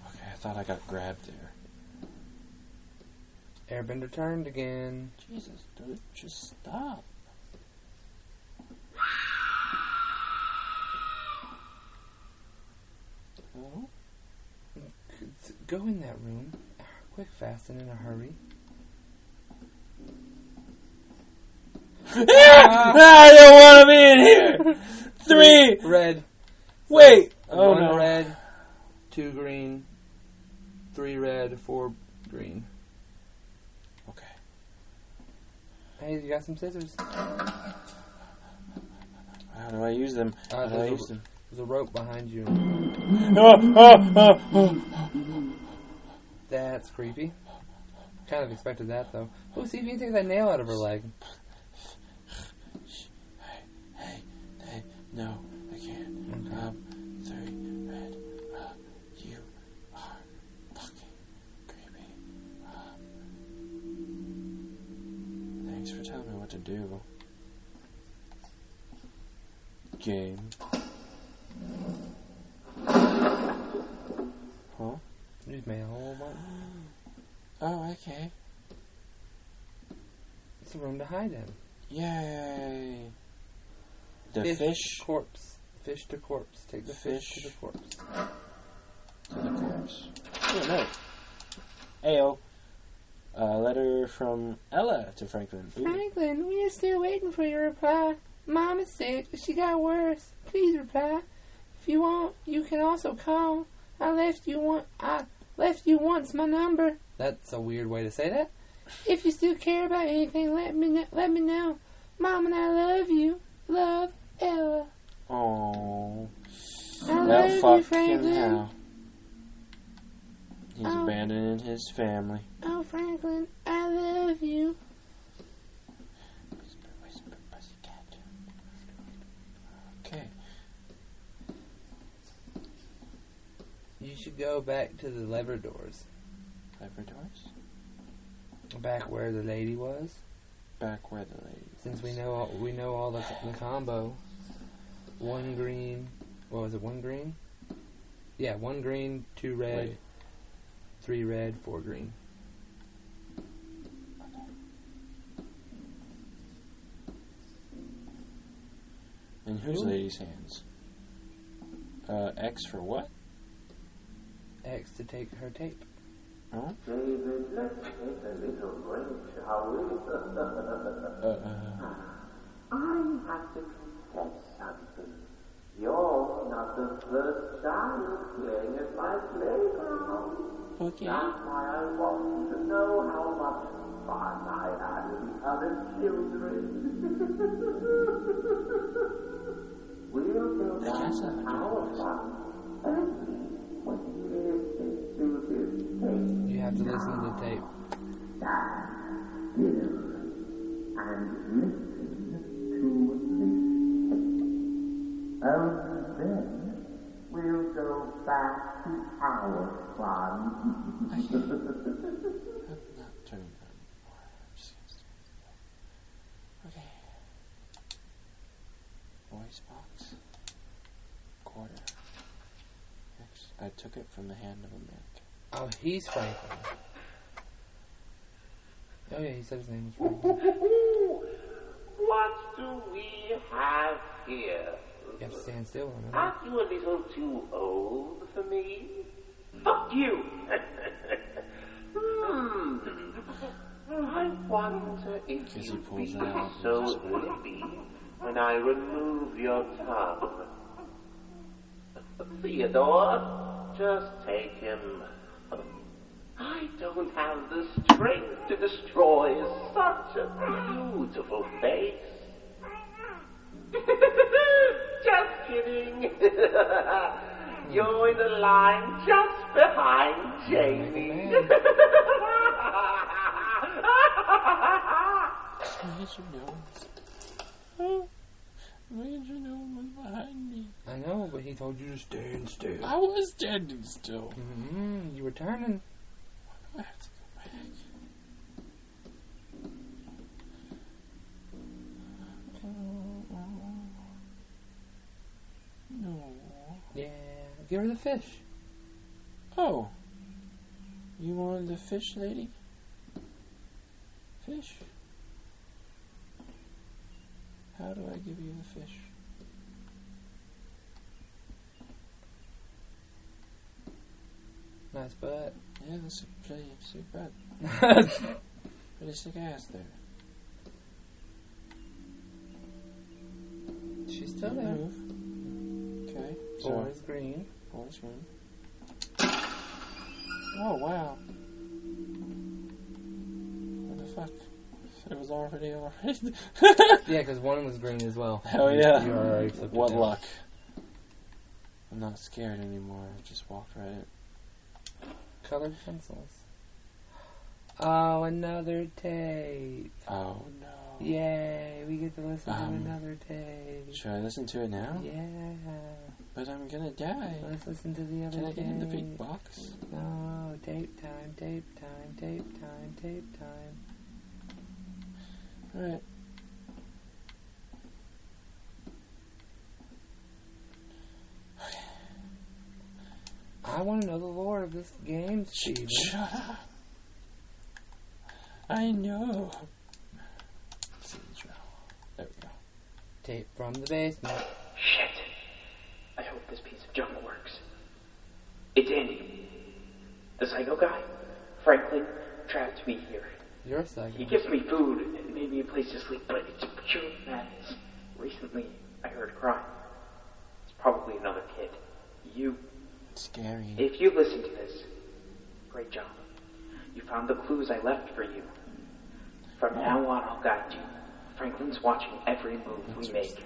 S1: Okay, I thought I got grabbed there.
S2: Airbender turned again.
S1: Jesus, dude, just stop. Hello?
S2: Go in that room. Quick, fast, and in a hurry.
S1: I Ah, don't want to be in here. Three.
S2: Red.
S1: Wait. Oh
S2: One
S1: no.
S2: red, two green, three red, four green.
S1: Okay.
S2: Hey, you got some scissors.
S1: How do I use them? How
S2: Uh,
S1: do I
S2: there's,
S1: use
S2: a,
S1: them?
S2: there's a rope behind you.
S1: Oh, oh, oh, oh.
S2: That's creepy. Kind of expected that though. Oh, see if you can take that nail out of her leg.
S1: No, I can't.
S2: Okay.
S1: Um, three red. Uh, you are fucking creepy. Um, thanks for telling me what to do. Game. Huh?
S2: You just made a whole bunch.
S1: Oh, okay.
S2: It's a room to hide in.
S1: Yay. The
S2: Fish.
S1: fish
S2: Corpse. Fish to corpse. Take the fish,
S1: Fish.
S2: to the corpse.
S1: to the corpse. Oh, no. Ayo. A letter from Ella to Franklin. Ooh.
S3: Franklin, we are still waiting for your reply. Mom is sick. She got worse. Please reply. If you want, you can also call. I left you one. I left you once my number.
S2: That's a weird way to say that.
S3: If you still care about anything, let me kn- let me know. Mom and I love you. Love Ella.
S1: Oh,
S3: I
S1: that
S3: love you,
S1: fucking
S3: Franklin.
S1: hell. He's
S3: Oh.
S1: abandoning his family.
S3: Oh, Franklin, I love you.
S1: Whisper, whisper, pussycat. Okay.
S2: You should go back to the lever doors.
S1: Lever doors?
S2: Back where the lady was.
S1: Back where the lady
S2: Since we know all, we know all the, the combo, one green. What was it? One green. Yeah, one green, two red,
S1: Wait.
S2: three red, four green.
S1: In whose
S2: Ooh.
S1: lady's hands? Uh, X for what?
S2: X to take her tape.
S6: David, let's take a little break, shall
S1: Uh,
S6: we? I have to confess something. You're not the first child playing at my playground.
S2: Okay.
S6: That's why I want you to know how much fun I had with the other children. we'll go back
S2: guess
S6: to
S2: I've
S6: our fun and when you listen to this tape.
S2: You have to listen to the tape.
S6: Stand still and listen to this tape. And then we'll go back to our fun.
S1: Not turning on. Okay. Voice box. Quarter. Ex- I took it from the hand of a man.
S2: Oh, he's Franklin. Oh yeah, he said his name was Franklin.
S6: What do we have here?
S2: You have to stand still on it.
S6: Aren't you a little too old for me? Fuck you! hmm. I wonder if
S1: As he
S6: you'd
S1: pulls
S6: be
S1: it out, he
S6: so
S1: just-
S6: happy when I remove your tongue. Theodore, just take him. I don't have the strength to destroy such a beautiful face. just kidding. You're in the line just behind Jamie.
S1: Why did you know? Why did you know it was behind me?
S2: I know, but he told you to stand still.
S6: Uh.
S1: I was standing still.
S2: Mm-hmm. You were turning.
S1: I have to go back. No.
S2: Yeah. Give her the fish.
S1: Oh. You wanted the fish lady? Fish? How do I give you the fish?
S2: Nice butt.
S1: Yeah, that's a pretty sick butt. pretty sick ass there.
S2: She's still there.
S1: Move. Okay.
S2: Or
S1: So,
S2: is green.
S1: boys win. Oh, wow. What the fuck? It was already already.
S2: Yeah, because one was green as well.
S1: Hell yeah.
S2: You already flipped it
S1: What
S2: down.
S1: luck. I'm not scared anymore. I just walked right in.
S2: Colored pencils. Oh, another tape.
S1: Oh, no.
S2: Yay, we get to listen
S1: Um,
S2: to another tape.
S1: Should I listen to it now?
S2: Yeah.
S1: But I'm gonna die.
S2: Let's listen to the other
S1: Can I
S2: tape.
S1: get in the big box?
S2: No, tape time, tape time, tape time, tape time.
S1: Alright.
S2: I want to know the lore of this game, Steven.
S1: Shut up. I know. Let's see the draw. There we go.
S2: Tape from the basement.
S7: Shit. I hope this piece of junk works. It's Andy. The psycho guy. Franklin trapped me here.
S2: You're a psycho.
S7: He gives me food and maybe a place to sleep, but it's pure madness. Recently, I heard crying. It's probably another kid. You,
S1: Scary.
S7: if you listen to this, great job. You found the clues I left for you. From now on, I'll guide you. Franklin's watching every move we make.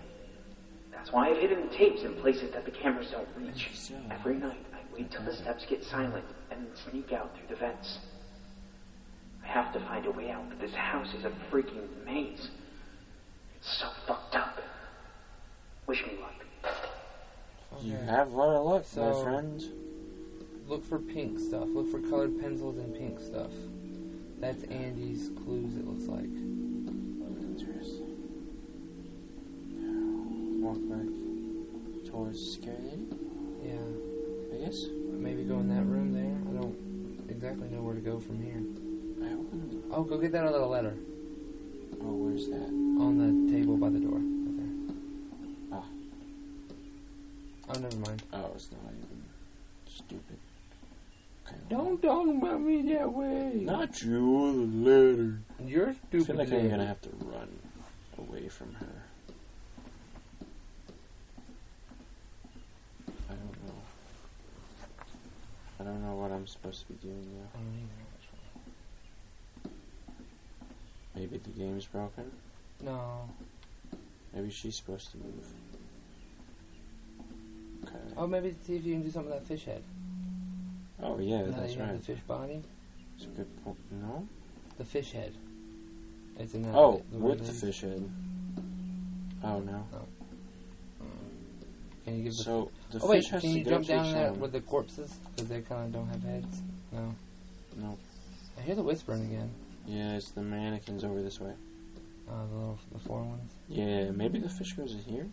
S7: That's why I've hidden the tapes in places that the cameras don't reach.
S1: Interesting.
S7: Every night, I wait till the steps get silent and then sneak out through the vents. I have to find a way out, but this house is a freaking maze. It's so fucked up. Wish me luck.
S1: You
S2: Okay.
S1: have what I look,
S2: So-
S1: my friend.
S2: Look for pink stuff. Look for colored pencils and pink stuff. That's Andy's clues, it looks like.
S1: Interesting. Walk back towards the scary lady,
S2: Yeah.
S1: I guess.
S2: Maybe go in that room there. I don't exactly know where to go from here.
S1: I wonder.
S2: Oh, go get that other letter.
S1: Oh, where's that?
S2: On the table by the door. Right there.
S1: Ah.
S2: Oh, never mind.
S1: Oh, it's not even stupid.
S2: Don't talk about me that way.
S1: Not you, the letter.
S2: You're
S1: I
S2: stupid.
S1: feel like I'm
S2: dude.
S1: gonna have to run away from her. I don't know. I don't know what I'm supposed to be doing now. Maybe the game's broken.
S2: No.
S1: Maybe she's supposed to move. Okay.
S2: Oh, maybe see if you can do something with that fish head.
S1: Oh yeah,
S2: now that
S1: that's
S2: you have
S1: right.
S2: the fish body,
S1: It's a good point. No.
S2: the fish head. It's in that.
S1: Oh,
S2: the one
S1: with the
S2: that-
S1: fish head. Oh no.
S2: Can you give the
S1: So the
S2: oh wait,
S1: fish has
S2: can
S1: to
S2: you
S1: go
S2: jump
S1: through
S2: down there
S1: sound.
S2: with the corpses because they kind of don't have heads? No.
S1: No.
S2: I hear the whispering again.
S1: Yeah, it's the mannequins over this way.
S2: Uh, the little the four ones.
S1: Yeah, maybe the fish goes in here.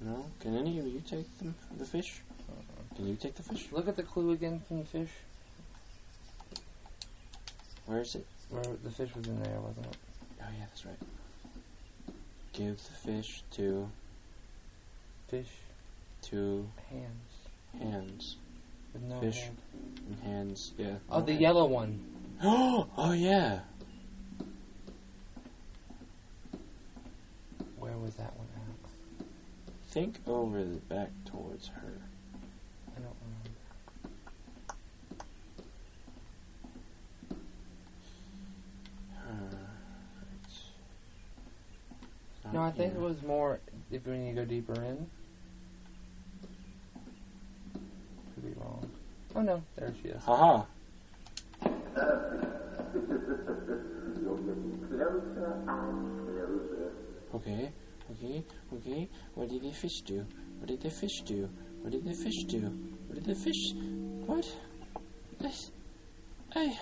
S1: No, can any of you take the, the fish? Can you take the fish?
S2: Look at the clue again from the fish.
S1: Where is it?
S2: Where the fish was in there, wasn't it?
S1: Oh yeah, that's right. Give the fish to
S2: Fish
S1: two
S2: hands
S1: hands.
S2: with no
S1: Fish.
S2: hand.
S1: And hands, yeah.
S2: Oh, the yellow one.
S1: oh yeah.
S2: Where was that one at?
S1: Think over the back towards her.
S2: I don't remember.
S1: Uh, Not
S2: No, I think
S1: here.
S2: it was more if we need to go deeper in. Could be wrong. Oh no, there she is.
S1: Haha. Okay, okay, okay. What did the fish do? What did the fish do? What did the fish do? What did the fish? What? This. I.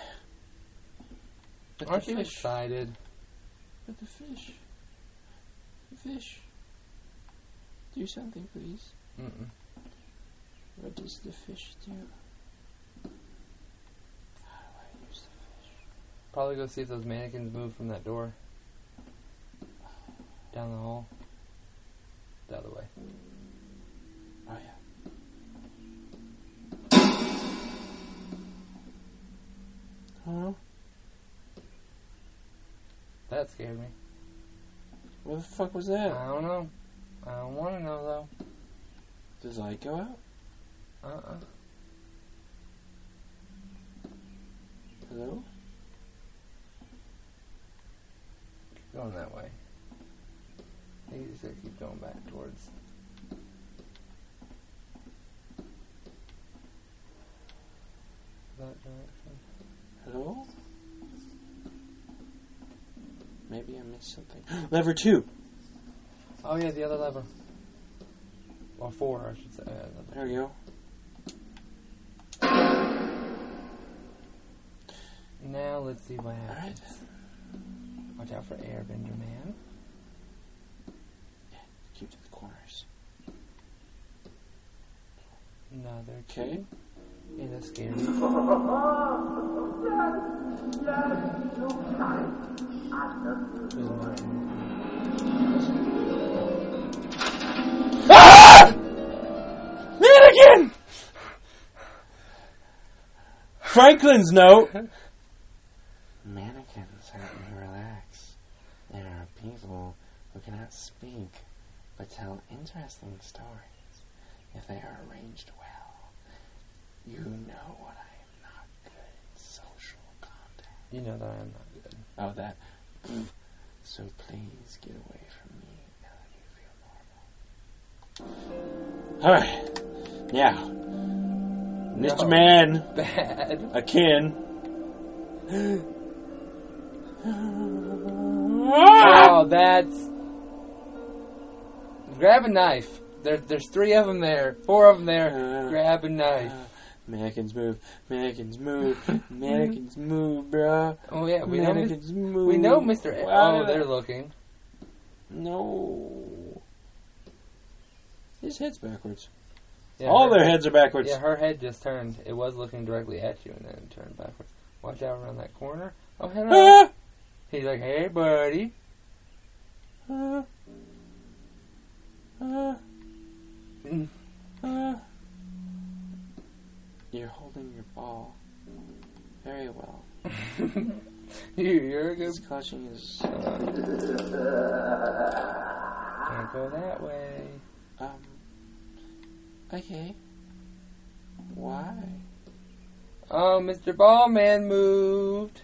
S1: But
S2: Aren't
S1: the
S2: you
S1: fish.
S2: excited?
S1: But the fish. The fish. Do something, please.
S2: Mm-mm.
S1: What does the fish do? How do I use the fish?
S2: Probably go see if those mannequins move from that door. Down the hall. The other way.
S1: Oh yeah. Huh?
S2: That scared me.
S1: What the fuck was
S2: I
S1: that?
S2: don't know. I don't want to know
S1: Does the light go out?
S2: though. Uh uh
S1: Hello?
S2: Keep going that way. I think you said keep going back towards. That direction.
S1: Hello? Maybe I missed something. Lever two!
S2: Oh yeah, the other lever. Or four, I should say. Uh, lever.
S1: There we go.
S2: Now let's see what happens.
S1: Alright.
S2: Watch out for Airbender Man.
S1: Keep to the corners.
S2: Another
S1: Okay?
S2: key in a scary.
S1: Mannequin! Franklin's note! Mannequins help me relax. There are people who cannot speak but tell interesting stories if they are arranged well. You know what I am not good at social contact.
S2: You know that I am not good.
S1: Oh, that. so please get away from me now that you feel normal. Alright, now. Mr.
S2: No.
S1: Man
S2: Bad.
S1: akin.
S2: Oh, that's. Grab a knife. There, there's three of them there. Four of them there.
S1: Uh,
S2: Grab a knife.
S1: Mannequins move, mannequins move, mannequins move, bruh.
S2: Oh yeah, we know. Mis-
S1: Mannequins move.
S2: We know Mr. A-
S1: Wow,
S2: oh, they're looking.
S1: No. His head's backwards.
S2: Yeah,
S1: All
S2: her-
S1: their heads are backwards.
S2: Yeah, her head just turned. It was looking directly at you, and then it turned backwards. Watch out around that corner. Oh hello.
S1: Ah!
S2: He's like, hey buddy.
S1: Ah. Ah.
S2: Mm.
S1: Ah. You're holding holding your ball very well.
S2: You, you're a good.
S1: He's clutching his
S2: Can't go that way.
S1: um. Okay. Why?
S2: Oh, Mr. Ballman moved.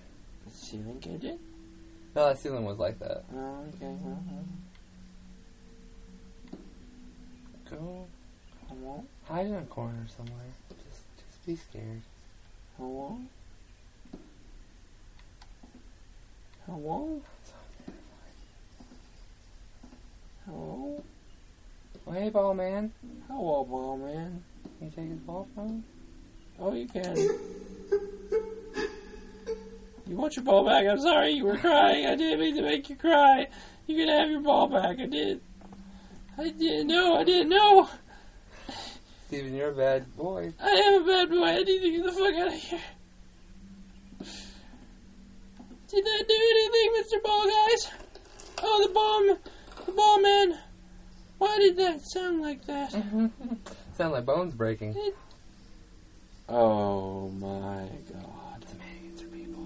S1: Is ceiling gidget?
S2: No, that ceiling was like that.
S1: Oh, okay. Well,
S2: Go
S1: I won't.
S2: hide in a corner somewhere. Just, just be scared.
S1: I won't. I won't. Hello?
S2: Oh, hey, Ballman.
S1: Hello, ball man.
S2: Can you take his ball from him?
S1: Oh, you can. You want your ball back? I'm sorry you were crying. I didn't mean to make you cry. You can have your ball back. I did. I didn't know. I didn't know.
S2: Steven, you're a bad boy.
S1: I am a bad boy. I need to get the fuck out of here. Did that do anything, Mr. Ball Guys? Oh, the bomb, the ball man. Why did that sound like that?
S2: Sound like bones breaking.
S1: Oh my god. The millions of people.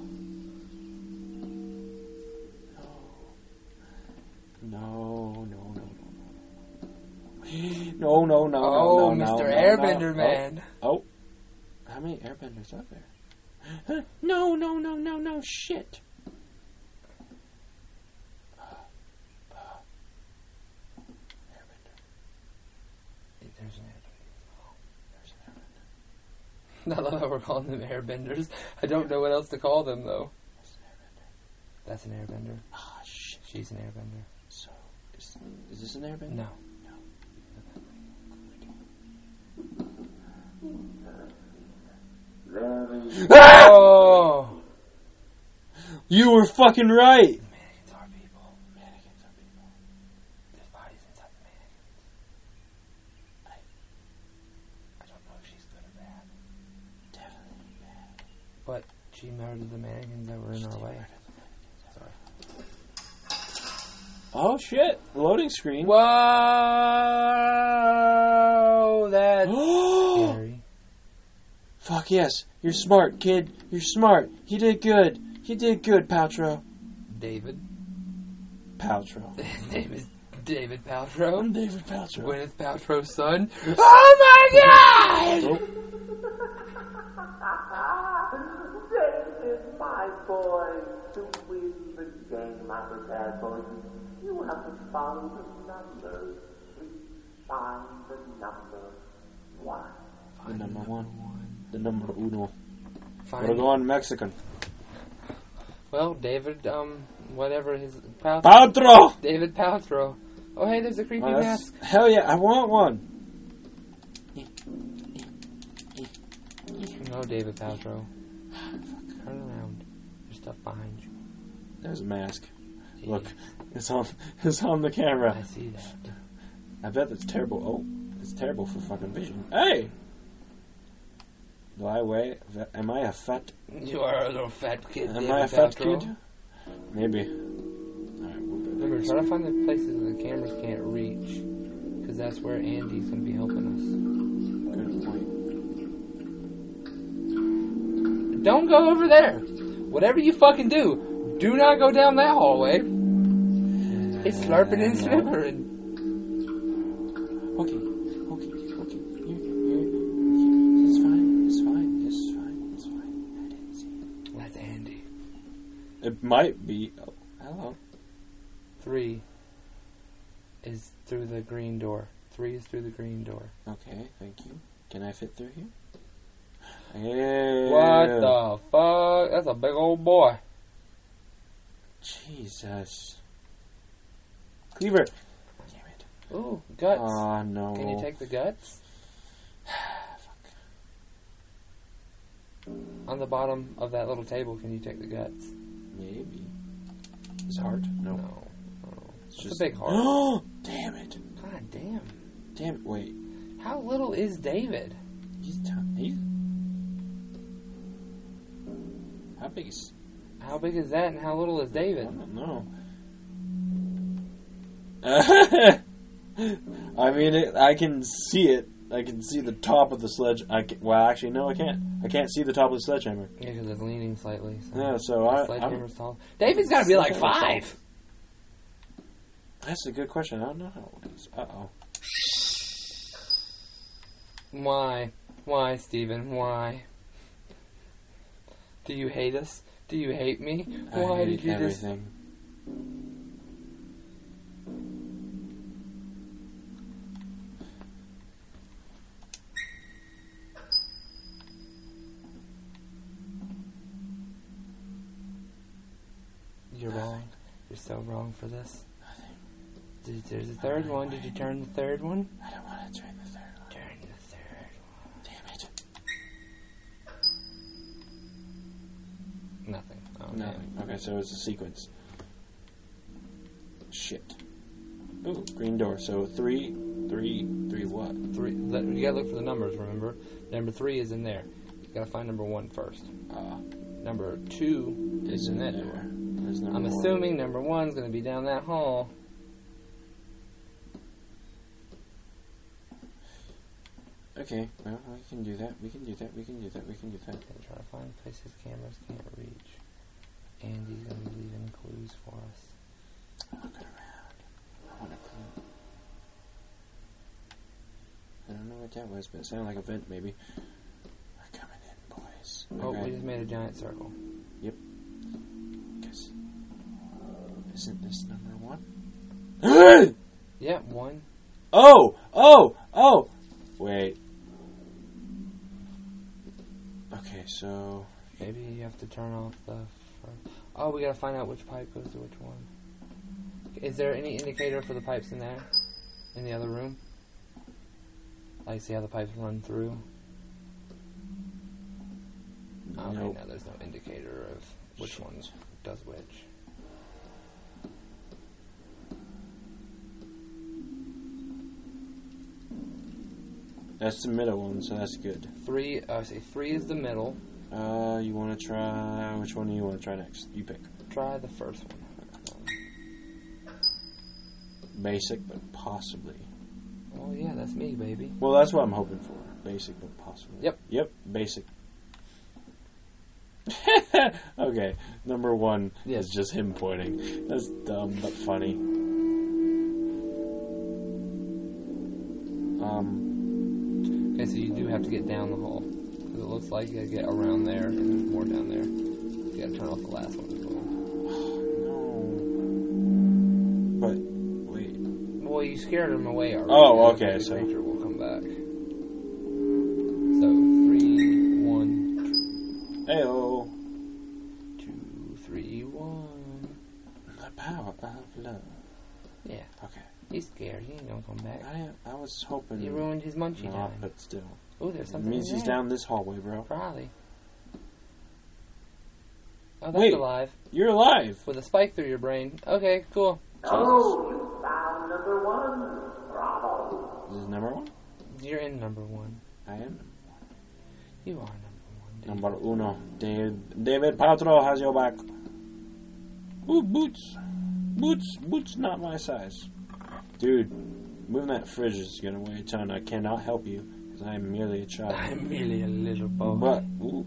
S1: No. No, no, no, no, no. No, no, no, no,
S2: Oh,
S1: no, no,
S2: Mr.
S1: no,
S2: Airbender
S1: no.
S2: Man.
S1: Oh. How many airbenders are there? Huh, No, no, no, no, no, shit. Airbender.
S2: There's an airbender. I love how we're calling them airbenders. I don't know what else to call them, though. That's an airbender.
S1: Ah, shit.
S2: She's an airbender.
S1: So, is, is this an airbender?
S2: No. Oh!
S1: You were fucking right!
S2: Mannequins are people. Mannequins are people. There's bodies inside the mannequins. I, I don't know if she's good or bad.
S1: Definitely
S2: But she murdered the mannequins that were in our way.
S1: Oh shit! Loading screen.
S2: Whoa! That's scary.
S1: Fuck yes! You're smart, kid. You're smart. You did good. You did good, Paltrow.
S2: David.
S1: Paltrow.
S2: His name is David Paltrow.
S1: I'm David Paltrow.
S2: Gwyneth Paltrow's son. Oh my god!
S1: Oh,
S6: This is my boy to win the game I prepared for you. You have to follow the numbers. Please find the
S1: the
S6: number one.
S1: number one. The number uno. We're
S2: Fine.
S1: going Mexican.
S2: Well, David, um, whatever his Paltrow.
S1: Paltrow!
S2: David Paltrow. Oh hey, there's a creepy
S1: Well, that's-
S2: mask.
S1: hell yeah, I want one.
S2: No, David Paltrow. Turn around. There's stuff behind you.
S1: There's a mask. Look, it's on, it's on the camera.
S2: I see that.
S1: I bet that's terrible. Oh, it's terrible for fucking vision. Hey! Do I weigh? Am I a fat?
S2: You are a little fat kid.
S1: Am
S2: David
S1: I a fat
S2: Paltrow.
S1: kid? Maybe. Alright, we'll
S2: Remember, try to find the places the cameras can't reach, because that's where Andy's gonna be helping
S1: be back. Good point.
S2: us. Don't go over there. Whatever you fucking do, do not go down that hallway. It's slurping and slurping.
S1: Okay, okay, okay. You're, you're, it's fine, it's fine, it's fine, it's fine. I didn't see
S2: That's Andy.
S1: it. It might be. Oh, hello.
S2: Three is through the green door. Three is through the green door.
S1: Okay, thank you. Can I fit through here? Yeah.
S2: What the fuck? That's a big old boy.
S1: Jesus. Cleaver! Damn it.
S2: Ooh, guts.
S1: Aw, no.
S2: Can you take the guts? On the bottom of that little table, can you take the guts?
S1: Maybe. His heart? No.
S2: No. no. It's
S1: just-
S2: a big heart.
S1: Oh! Damn it.
S2: God damn.
S1: Damn it. Wait.
S2: How little is David?
S1: He's tiny. How big is.
S2: How big is that and how little is
S1: I
S2: David?
S1: don't know. I mean, it, I can see it. I can see the top of the sledge. I can, well, actually, no, I can't. I can't see the top of the sledgehammer.
S2: Yeah, because it's leaning slightly. So
S1: Yeah, so I, I'm,
S2: Sledgehammer's tall. David's got to be like
S1: Sledgehammer's
S2: five.
S1: that's a good question. I don't know how old it is. Uh oh.
S2: Why? Why, Steven? Why? Do you hate us? Do you hate me? Why
S1: I hate
S2: did you just
S1: everything.
S2: You're wrong. You're so wrong for this. Did, there's a third one. Did you turn the third one?
S1: I don't want to turn the third one.
S2: Turn the third
S1: Damn it.
S2: one. Nothing. Oh, Okay.
S1: Nothing. Okay, so it's a sequence. Shit. Ooh, green door. So three, three, three what?
S2: Three. Let, you gotta look for the numbers. Remember, number three is in there. You gotta find number one first.
S1: Uh,
S2: Number two.
S1: is in that door. There's number
S2: I'm
S1: one.
S2: assuming number one's gonna be down that hall.
S1: Okay, well, we can do that. We can do that. We can do that. We can do that.
S2: Gonna try to find places cameras can't reach. Andy's gonna be leaving clues for us.
S1: Look around. I want a clue. I don't know what that was, but it sounded like a vent, maybe. We're coming in, boys.
S2: Oh,
S1: Okay.
S2: we just made a giant circle.
S1: Guess- Isn't this number one?
S2: Yep, one.
S1: oh! Oh! Oh! Wait. Okay, so.
S2: Maybe you have to turn off the. Fir- oh, we gotta find out which pipe goes to which one. Is there any indicator for the pipes in there? In the other room? Like, see how the pipes run through? Okay,
S1: Nope.
S2: no, there's no indicator of which one does which.
S1: That's the middle one, so that's good.
S2: Three, I say three is the middle.
S1: Uh, you want to try. Which one do you want to try next? You pick.
S2: Try the first one.
S1: Basic, but possibly.
S2: Oh, yeah, that's me, baby.
S1: Well, that's what I'm hoping for. Basic, but possibly.
S2: Yep.
S1: Yep, basic. okay, number one
S2: Yes.
S1: is just him pointing. That's dumb, but funny. Um,
S2: Okay, so you do have to get down the hall. 'Cause it looks like you gotta get around there, and there's more down there. You gotta turn off the last one as well.
S1: no. But, wait.
S2: Well, you scared him away already.
S1: Oh,
S2: Now
S1: okay,
S2: The
S1: so-
S2: creature will come back. So three, one,
S1: Ayo!
S2: two, three, one.
S1: The power of love.
S2: Yeah,
S1: Okay.
S2: he's scared. He ain't gonna come back.
S1: I, I was hoping.
S2: You ruined his munchie
S1: not,
S2: time.
S1: but still.
S2: Oh, there's
S1: It
S2: something.
S1: means
S2: in
S1: he's
S2: there.
S1: down this hallway, bro.
S2: Probably. Oh, that's
S1: Wait.
S2: alive
S1: You're alive!
S2: with a spike through your brain. Okay, cool.
S6: Oh, you found number one. Bravo.
S1: Is this number one?
S2: You're in number one.
S1: I am.
S2: You are number one. Dude.
S1: Number uno, David, David Patro has your back. Ooh, boots. Boots, boots, not my size. Dude, moving that fridge is gonna weigh a ton. I cannot help you, because I am merely a child.
S2: I'm merely a little boy.
S1: But, ooh,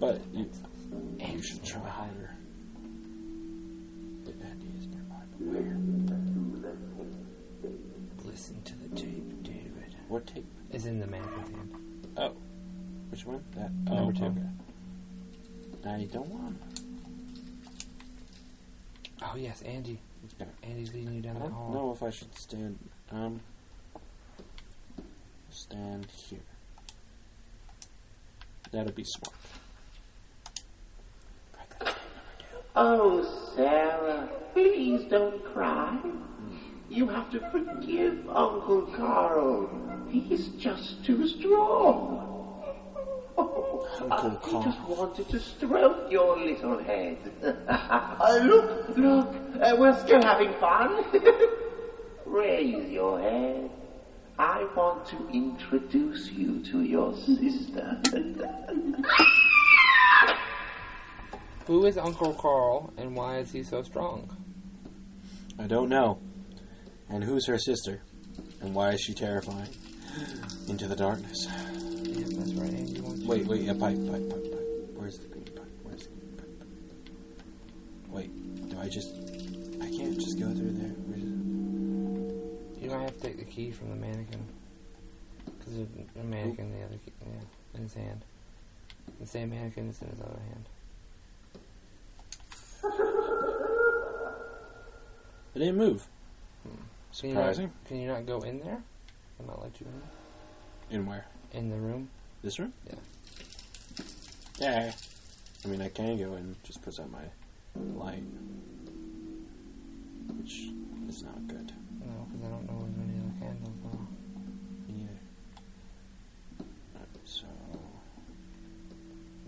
S1: but you, you should try harder. The Andy is nearby, but where?
S2: Listen to the tape, David.
S1: What tape?
S2: Is in the mannequin's hand.
S1: Oh. Which one? That. Oh,
S2: Number two.
S1: I don't want.
S2: Oh yes, Andy. Andy's leading you
S1: I
S2: down that
S1: don't
S2: hall.
S1: know if I should stand. Um, stand here. That'd be smart.
S6: Oh, Sarah, please don't cry. You have to forgive Uncle Carl. He's just too strong. Oh,
S1: Uncle
S6: I just
S1: Carl.
S6: wanted to stroke your little head. Uh, look, look, uh, we're still having fun. Raise your head. I want to introduce you to your sister.
S2: Who is Uncle Carl and why is he so strong?
S1: I don't know. And who's her sister? And why is she terrifying? into the darkness.
S2: Yeah, that's right. And you want-
S1: Wait, wait, a pipe, pipe, pipe, pipe. Where's the green pipe? Where's the green pipe? Wait, do I just? I can't just go through there. Where's it?
S2: You might have to take the key from the mannequin. Because the the mannequin, the other key, yeah, in his hand. The same mannequin is in his other hand.
S1: It didn't move.
S2: Can you, not,
S1: Hmm. Surprising.
S2: can you not go in there? I might let you in.
S1: And where?
S2: In the room?
S1: This room?
S2: Yeah.
S1: Yeah. I mean, I can go and just present my light, which is not good.
S2: No, because I don't know if any other candles are.
S1: Neither. Alright, So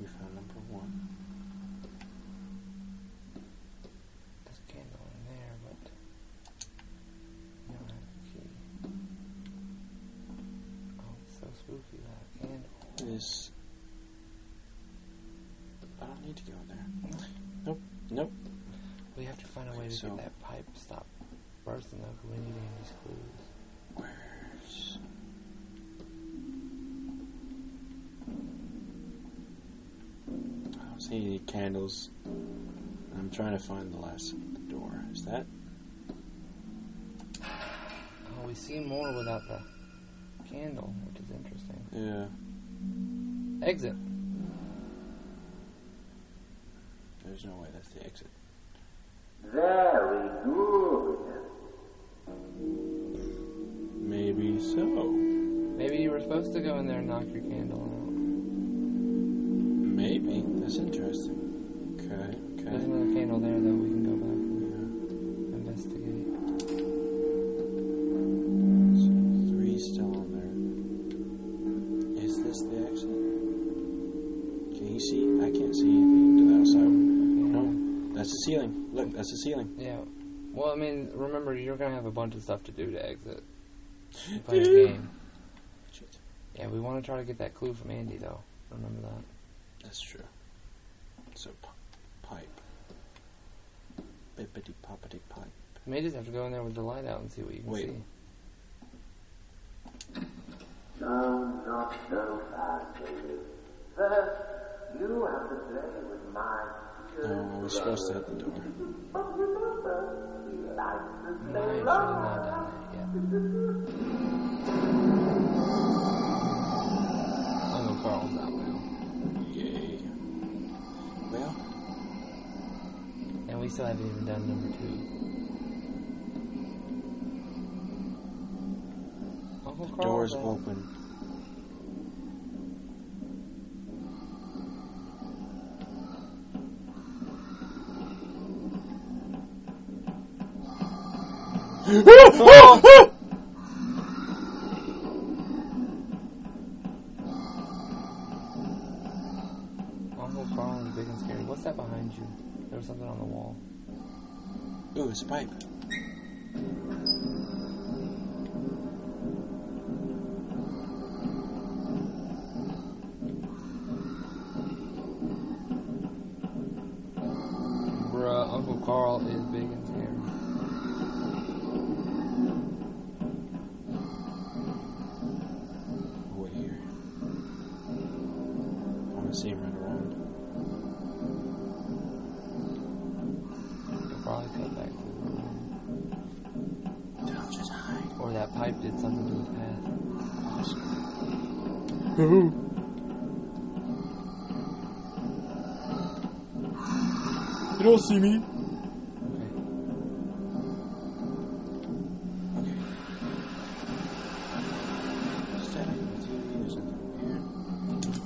S1: we found number one.
S2: There's a candle in there, but you don't have the key. Oh, it's so spooky without a candle.
S1: Is I don't need to go in there. Nope. Nope.
S2: We have to find a way to
S1: So-
S2: get that pipe stop bursting though, because we need Andy's clues.
S1: Where's I don't see any candles. I'm trying to find the last door. Is that
S2: Oh, we see more without the candle, which is interesting.
S1: yeah.
S2: Exit.
S1: There's no way that's the exit.
S6: Very good.
S1: Maybe so.
S2: Maybe you were supposed to go in there and knock your candle out.
S1: Maybe. That's interesting. Okay,
S2: There's
S1: okay.
S2: another candle there though. We can go back and
S1: Yeah.
S2: investigate.
S1: Three still on there. Is this the exit? Can you see? I can't see anything to the outside.
S2: Yeah.
S1: No. That's the ceiling. Look, that's the ceiling.
S2: yeah. Well, I mean, remember you're gonna have a bunch of stuff to do to exit. You Play the game.
S1: Shit.
S2: Yeah, we want to try to get that clue from Andy though. Remember that.
S1: That's true. So, p- pipe. Bippity poppity pipe.
S2: You may just have to go in there with the light out and see what you can
S1: Wait.
S2: see.
S6: No, not so fast, David. First, you have to play with my
S1: No, I was supposed to at the door.
S6: But remember, he likes to
S2: No, I
S6: play
S2: should have
S6: rough.
S2: not done that yet. Uncle Carl's out now,
S1: Yay. Well,
S2: and we still haven't even done number two. Uncle Carl's
S1: door's
S2: out.
S1: open.
S2: Uncle Carl is big and scary. What's that behind you? There was something on the wall.
S1: Ooh, it's a pipe.
S2: Bruh, Uncle Carl is big and scary.
S1: Over here. I want to see him run around.
S2: He'll probably cut back to the room.
S1: Don't just hide.
S2: Or that pipe did something to his path.
S1: You don't see me.
S2: Okay.
S1: Okay. Static with you, there's nothing weird.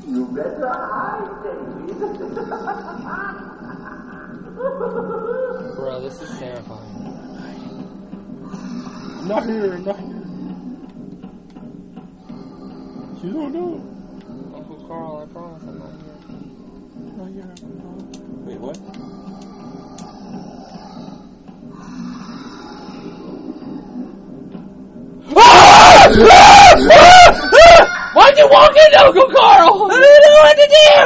S6: You better hide, David.
S2: Bruh, this is terrifying.
S1: I'm not here, I'm not here. You don't know.
S2: Uncle Carl, I promise I'm not here.
S1: I'm not here. I'm not- Wait, what?
S2: Why'd you walk in, Uncle Carl? I don't know what to do!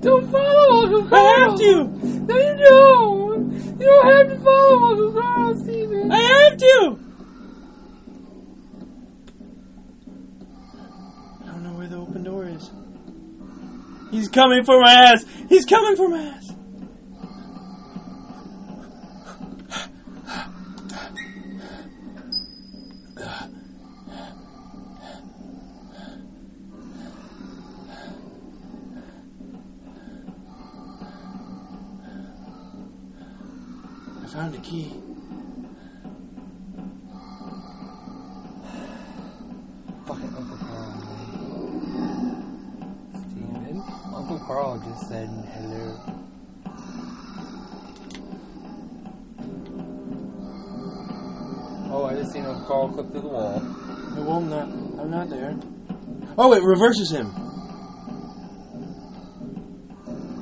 S2: Don't follow Uncle Carl. I have to. No, you don't. You don't have to follow Uncle Carl, Steven. I have to.
S1: I don't know where the open door is. He's coming for my ass! He's coming for my ass! I found a key.
S2: Fucking Uncle Carl. man. Steven. Uncle Carl just said hello. Oh, I just seen Uncle Carl clip through the wall.
S1: I will not. I'm not there. Oh, it reverses him.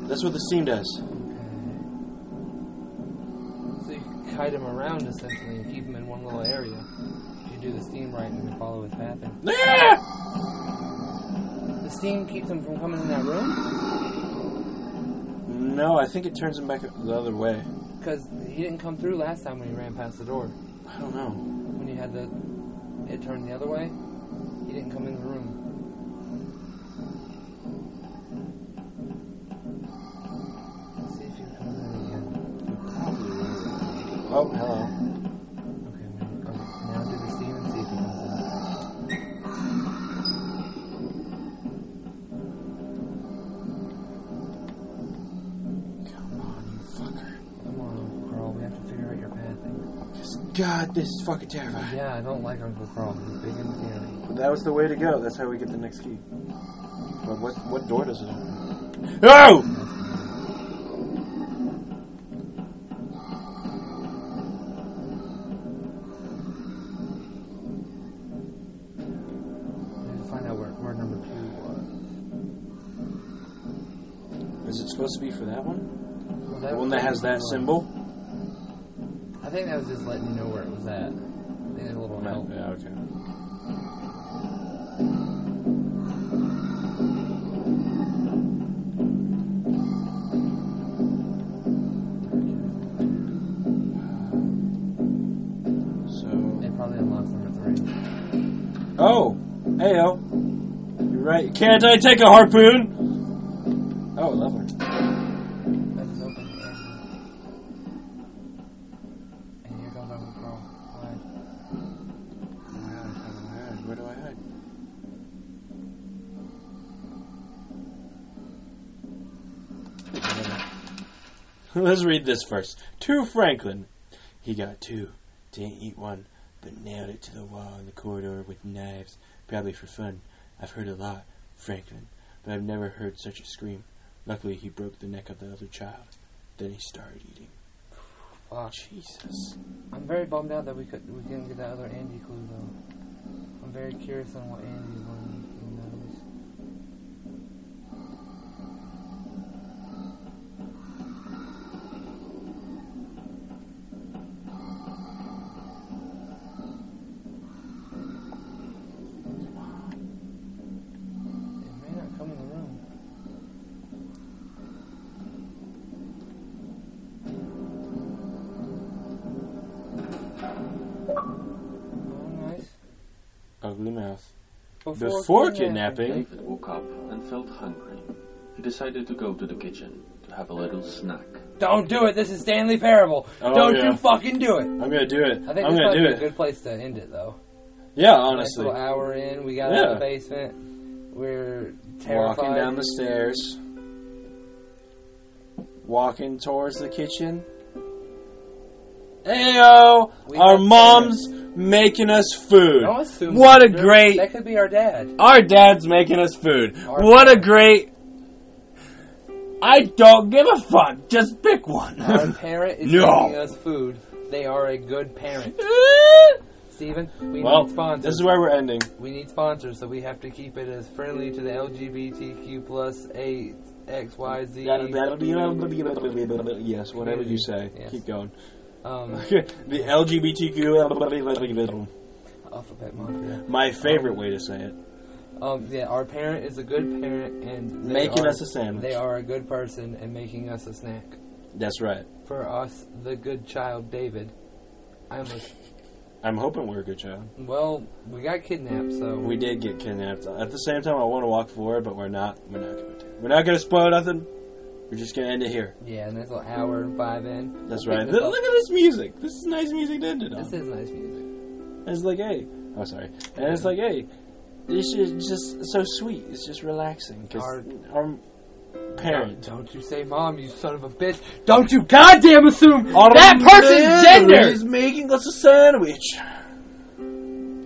S1: That's what the steam does.
S2: So you can kite him around essentially and keep him in one little area. You do the steam right and then follow his pattern.
S1: Ah!
S2: The steam keeps him from coming in that room
S1: No, I think it turns him back the other way.
S2: because he didn't come through last time when he ran past the door.
S1: I don't know.
S2: When you had the it turned the other way, he didn't come in the room. Let's see if he comes in again.
S1: Oh, hello.
S2: Okay, wait. Okay, now do the steam and see if he comes in.
S1: Come on, you fucker.
S2: Come on, Uncle Carl, we have to figure out your pathing.
S1: God, this is fucking terrifying.
S2: Yeah, I don't like Uncle Carl. He's big and scary.
S1: But that was the way to go. That's how we get the next key. But what what door does it open? Oh!
S2: We need to find out where, where number two was.
S1: Is it supposed to be for that one?
S2: Well,
S1: The one that has that symbol?
S2: I think that was just letting you know where it was at. I think it's a little help.
S1: Yeah, okay. So.
S2: It probably unlocks number three.
S1: Oh, heyo. You're right. Can't I take a harpoon? Oh, lovely.
S2: That is open. And here comes Uncle Carl. Why?
S1: How do I hide? How do I hide? Where do I hide? Let's read this first. To Franklin, he got two, didn't eat one, but nailed it to the wall in the corridor with knives, probably for fun. I've heard a lot, Franklin, but I've never heard such a scream. Luckily, he broke the neck of the other child. Then he started eating.
S2: Fuck.
S1: Jesus.
S2: I'm very bummed out that we could we didn't get that other Andy clue though. I'm very curious on what Andy's learning from those. It may not come in the room. Oh, nice.
S1: Ugly mouth.
S2: Before,
S1: Before kidnapping,
S8: David woke up and felt hungry. He decided to go to the kitchen to have a little snack.
S2: Don't do it. This is Stanley Parable.
S1: Oh,
S2: Don't
S1: yeah.
S2: you fucking do it.
S1: I'm gonna do it.
S2: I think
S1: I'm
S2: this
S1: gonna
S2: might
S1: do
S2: be a
S1: it.
S2: good place to end it, though.
S1: Yeah,
S2: Nice
S1: honestly.
S2: little hour in, we got out
S1: Yeah.
S2: of the basement. We're terrified.
S1: Walking down the stairs. Walking towards the kitchen. Heyo!
S2: We
S1: Our
S2: have
S1: mom's making us food.
S2: Don't assume
S1: What a
S2: that-
S1: great.
S2: That could be our dad.
S1: Our dad's making us food.
S2: Our
S1: What a
S2: dad.
S1: great. I don't give a fuck. Just pick one.
S2: Our parent is
S1: No.
S2: giving us food. They are a good parent. Steven, we
S1: well,
S2: need sponsors.
S1: this is where we're ending.
S2: we need sponsors, so we have to keep it as friendly to the LGBTQ plus A X Y Z.
S1: Yes, whatever you say.
S2: Yes.
S1: Keep going.
S2: Um,
S1: the LGBTQ.
S2: alphabet mafia.
S1: My favorite way to say it.
S2: Um, yeah, our parent is a good parent and they
S1: Making
S2: are-
S1: us a sandwich.
S2: They are a good person and making us a snack.
S1: That's right.
S2: For us, the good child David. I'm a,
S1: I'm hoping we're a good child.
S2: well, we got kidnapped, so
S1: We did get kidnapped. At the same time, I want to walk forward, but we're not. We're not going to. We're not going to spoil nothing. We're just going to end it here.
S2: yeah, and that's an hour and five in.
S1: That's
S2: I
S1: right.
S2: think
S1: Look look at this music. This is nice music to end it on.
S2: This is nice music.
S1: And it's like, hey, oh sorry, and it's like, hey, this is just so sweet. It's just relaxing because
S2: Our-
S1: our, parent.
S2: Don't you say mom, you son of a bitch! Don't you goddamn assume that person's gender.
S1: is making us a sandwich.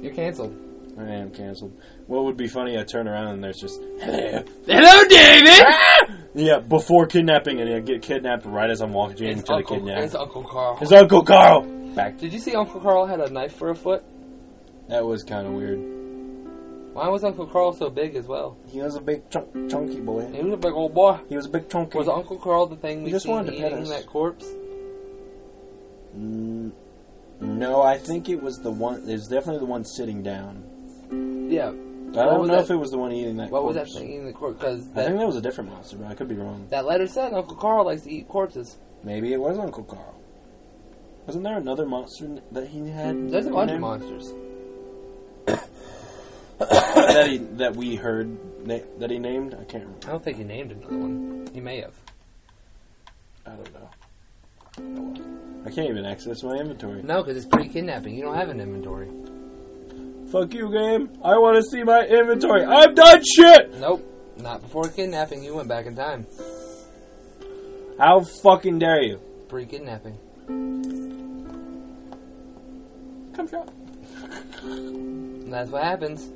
S2: You're canceled.
S1: I am canceled. What would be funny? I turn around and there's just hello.
S2: Hello, David.
S1: Yeah, before kidnapping, and I get kidnapped right as I'm walking
S2: It's
S1: into the
S2: Uncle, it's
S1: kidnapping.
S2: Uncle Carl.
S1: His uncle Carl. Back.
S2: Did you see Uncle Carl had a knife for a foot?
S1: That was kind of weird.
S2: Why was Uncle Carl so big as well?
S1: He was a big chunk, chunky boy.
S2: He was a big old boy.
S1: He was a big chunky.
S2: Was Uncle Carl the thing we
S1: He just
S2: seen
S1: wanted to pet
S2: eating
S1: us.
S2: that corpse?
S1: Mm, no, I think it was the one. It was definitely the one sitting down.
S2: Yeah.
S1: I
S2: What
S1: don't
S2: was
S1: know
S2: that-
S1: if it was the one eating that.
S2: What was that
S1: corpse.
S2: thing eating the corpse? Because
S1: I think
S2: that,
S1: that was a different monster, but I could be wrong.
S2: that letter said Uncle Carl likes to eat corpses.
S1: Maybe it was Uncle Carl. Wasn't there another monster n- that he had?
S2: There's a bunch
S1: named-
S2: of monsters.
S1: that he that we heard na- that he named. I can't. remember.
S2: I don't think he named another one. He may have.
S1: I don't know. Oh, well. I can't even access my inventory.
S2: No, because it's pre-kidnapping. You don't have an inventory.
S1: Fuck you, game. I want to see my inventory. I've done shit.
S2: Nope. Not before kidnapping. You went back in time.
S1: How fucking dare you?
S2: Pre-kidnapping.
S1: Come shot.
S2: And that's what happens.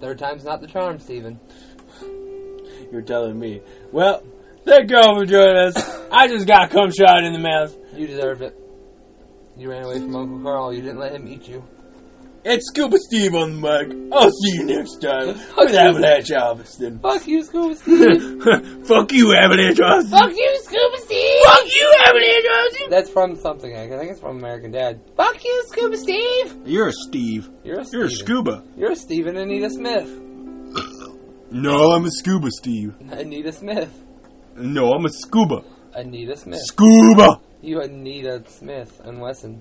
S2: Third time's not the charm, Steven.
S1: You're telling me. Well, thank y'all for joining us. I just got cum shot in the mouth.
S2: You deserved it. You ran away from Uncle Carl. You didn't let him eat you.
S1: It's Scuba Steve on the mic. I'll see you next time with
S2: you.
S1: Avalanche Alveston.
S2: Fuck you, Scuba Steve.
S1: Fuck you, Avalanche Austin.
S3: Fuck you, Scuba Steve!
S1: Fuck you, Avalanche Austin.
S2: That's from something. I think it's from American Dad.
S3: Fuck you, Scuba Steve!
S1: You're a Steve.
S2: You're a
S4: You're a
S2: Steven.
S4: scuba.
S2: You're a Steven Anita Smith.
S4: No, I'm a scuba, Steve.
S2: Anita Smith.
S4: No, I'm a scuba.
S2: Anita Smith.
S4: Scuba.
S2: You Anita Smith and Wesson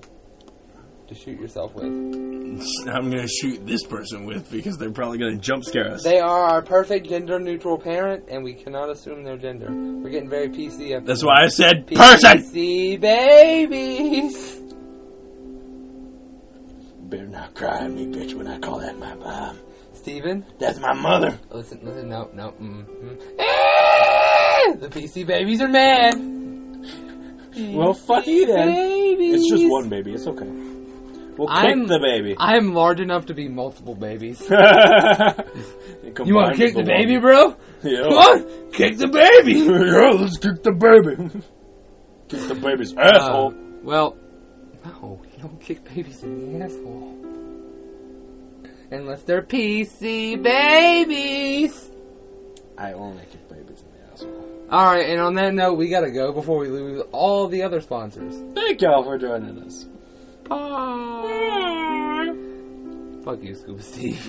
S2: to shoot yourself with.
S4: I'm gonna shoot this person with because they're probably gonna jump scare us.
S2: They are our perfect gender neutral parent, and we cannot assume their gender. We're getting very PC after
S4: That's why I said
S2: PC
S4: person.
S2: babies.
S1: Better not cry at me, bitch, when I call that my mom.
S2: Steven,
S1: That's my mother.
S2: listen, listen, no, no. Mm, mm. Ah! The PC babies are mad.
S1: Well, fuck you then.
S2: Babies.
S1: It's just one baby. It's okay. We'll kick
S2: I'm-
S1: the baby.
S2: I'm large enough to be multiple babies.
S1: you
S2: You want to kick the baby, bro?
S1: Yeah.
S2: Come on, kick the baby.
S1: yeah, let's kick the baby. kick the baby's asshole.
S2: Uh, well, no, you don't kick babies in the asshole. Unless they're PC babies.
S1: I only kick babies in the asshole.
S2: Alright, and on that note, we gotta go before we lose all the other sponsors.
S1: Thank y'all for joining us.
S2: Bye. Fuck you, Scuba Steve.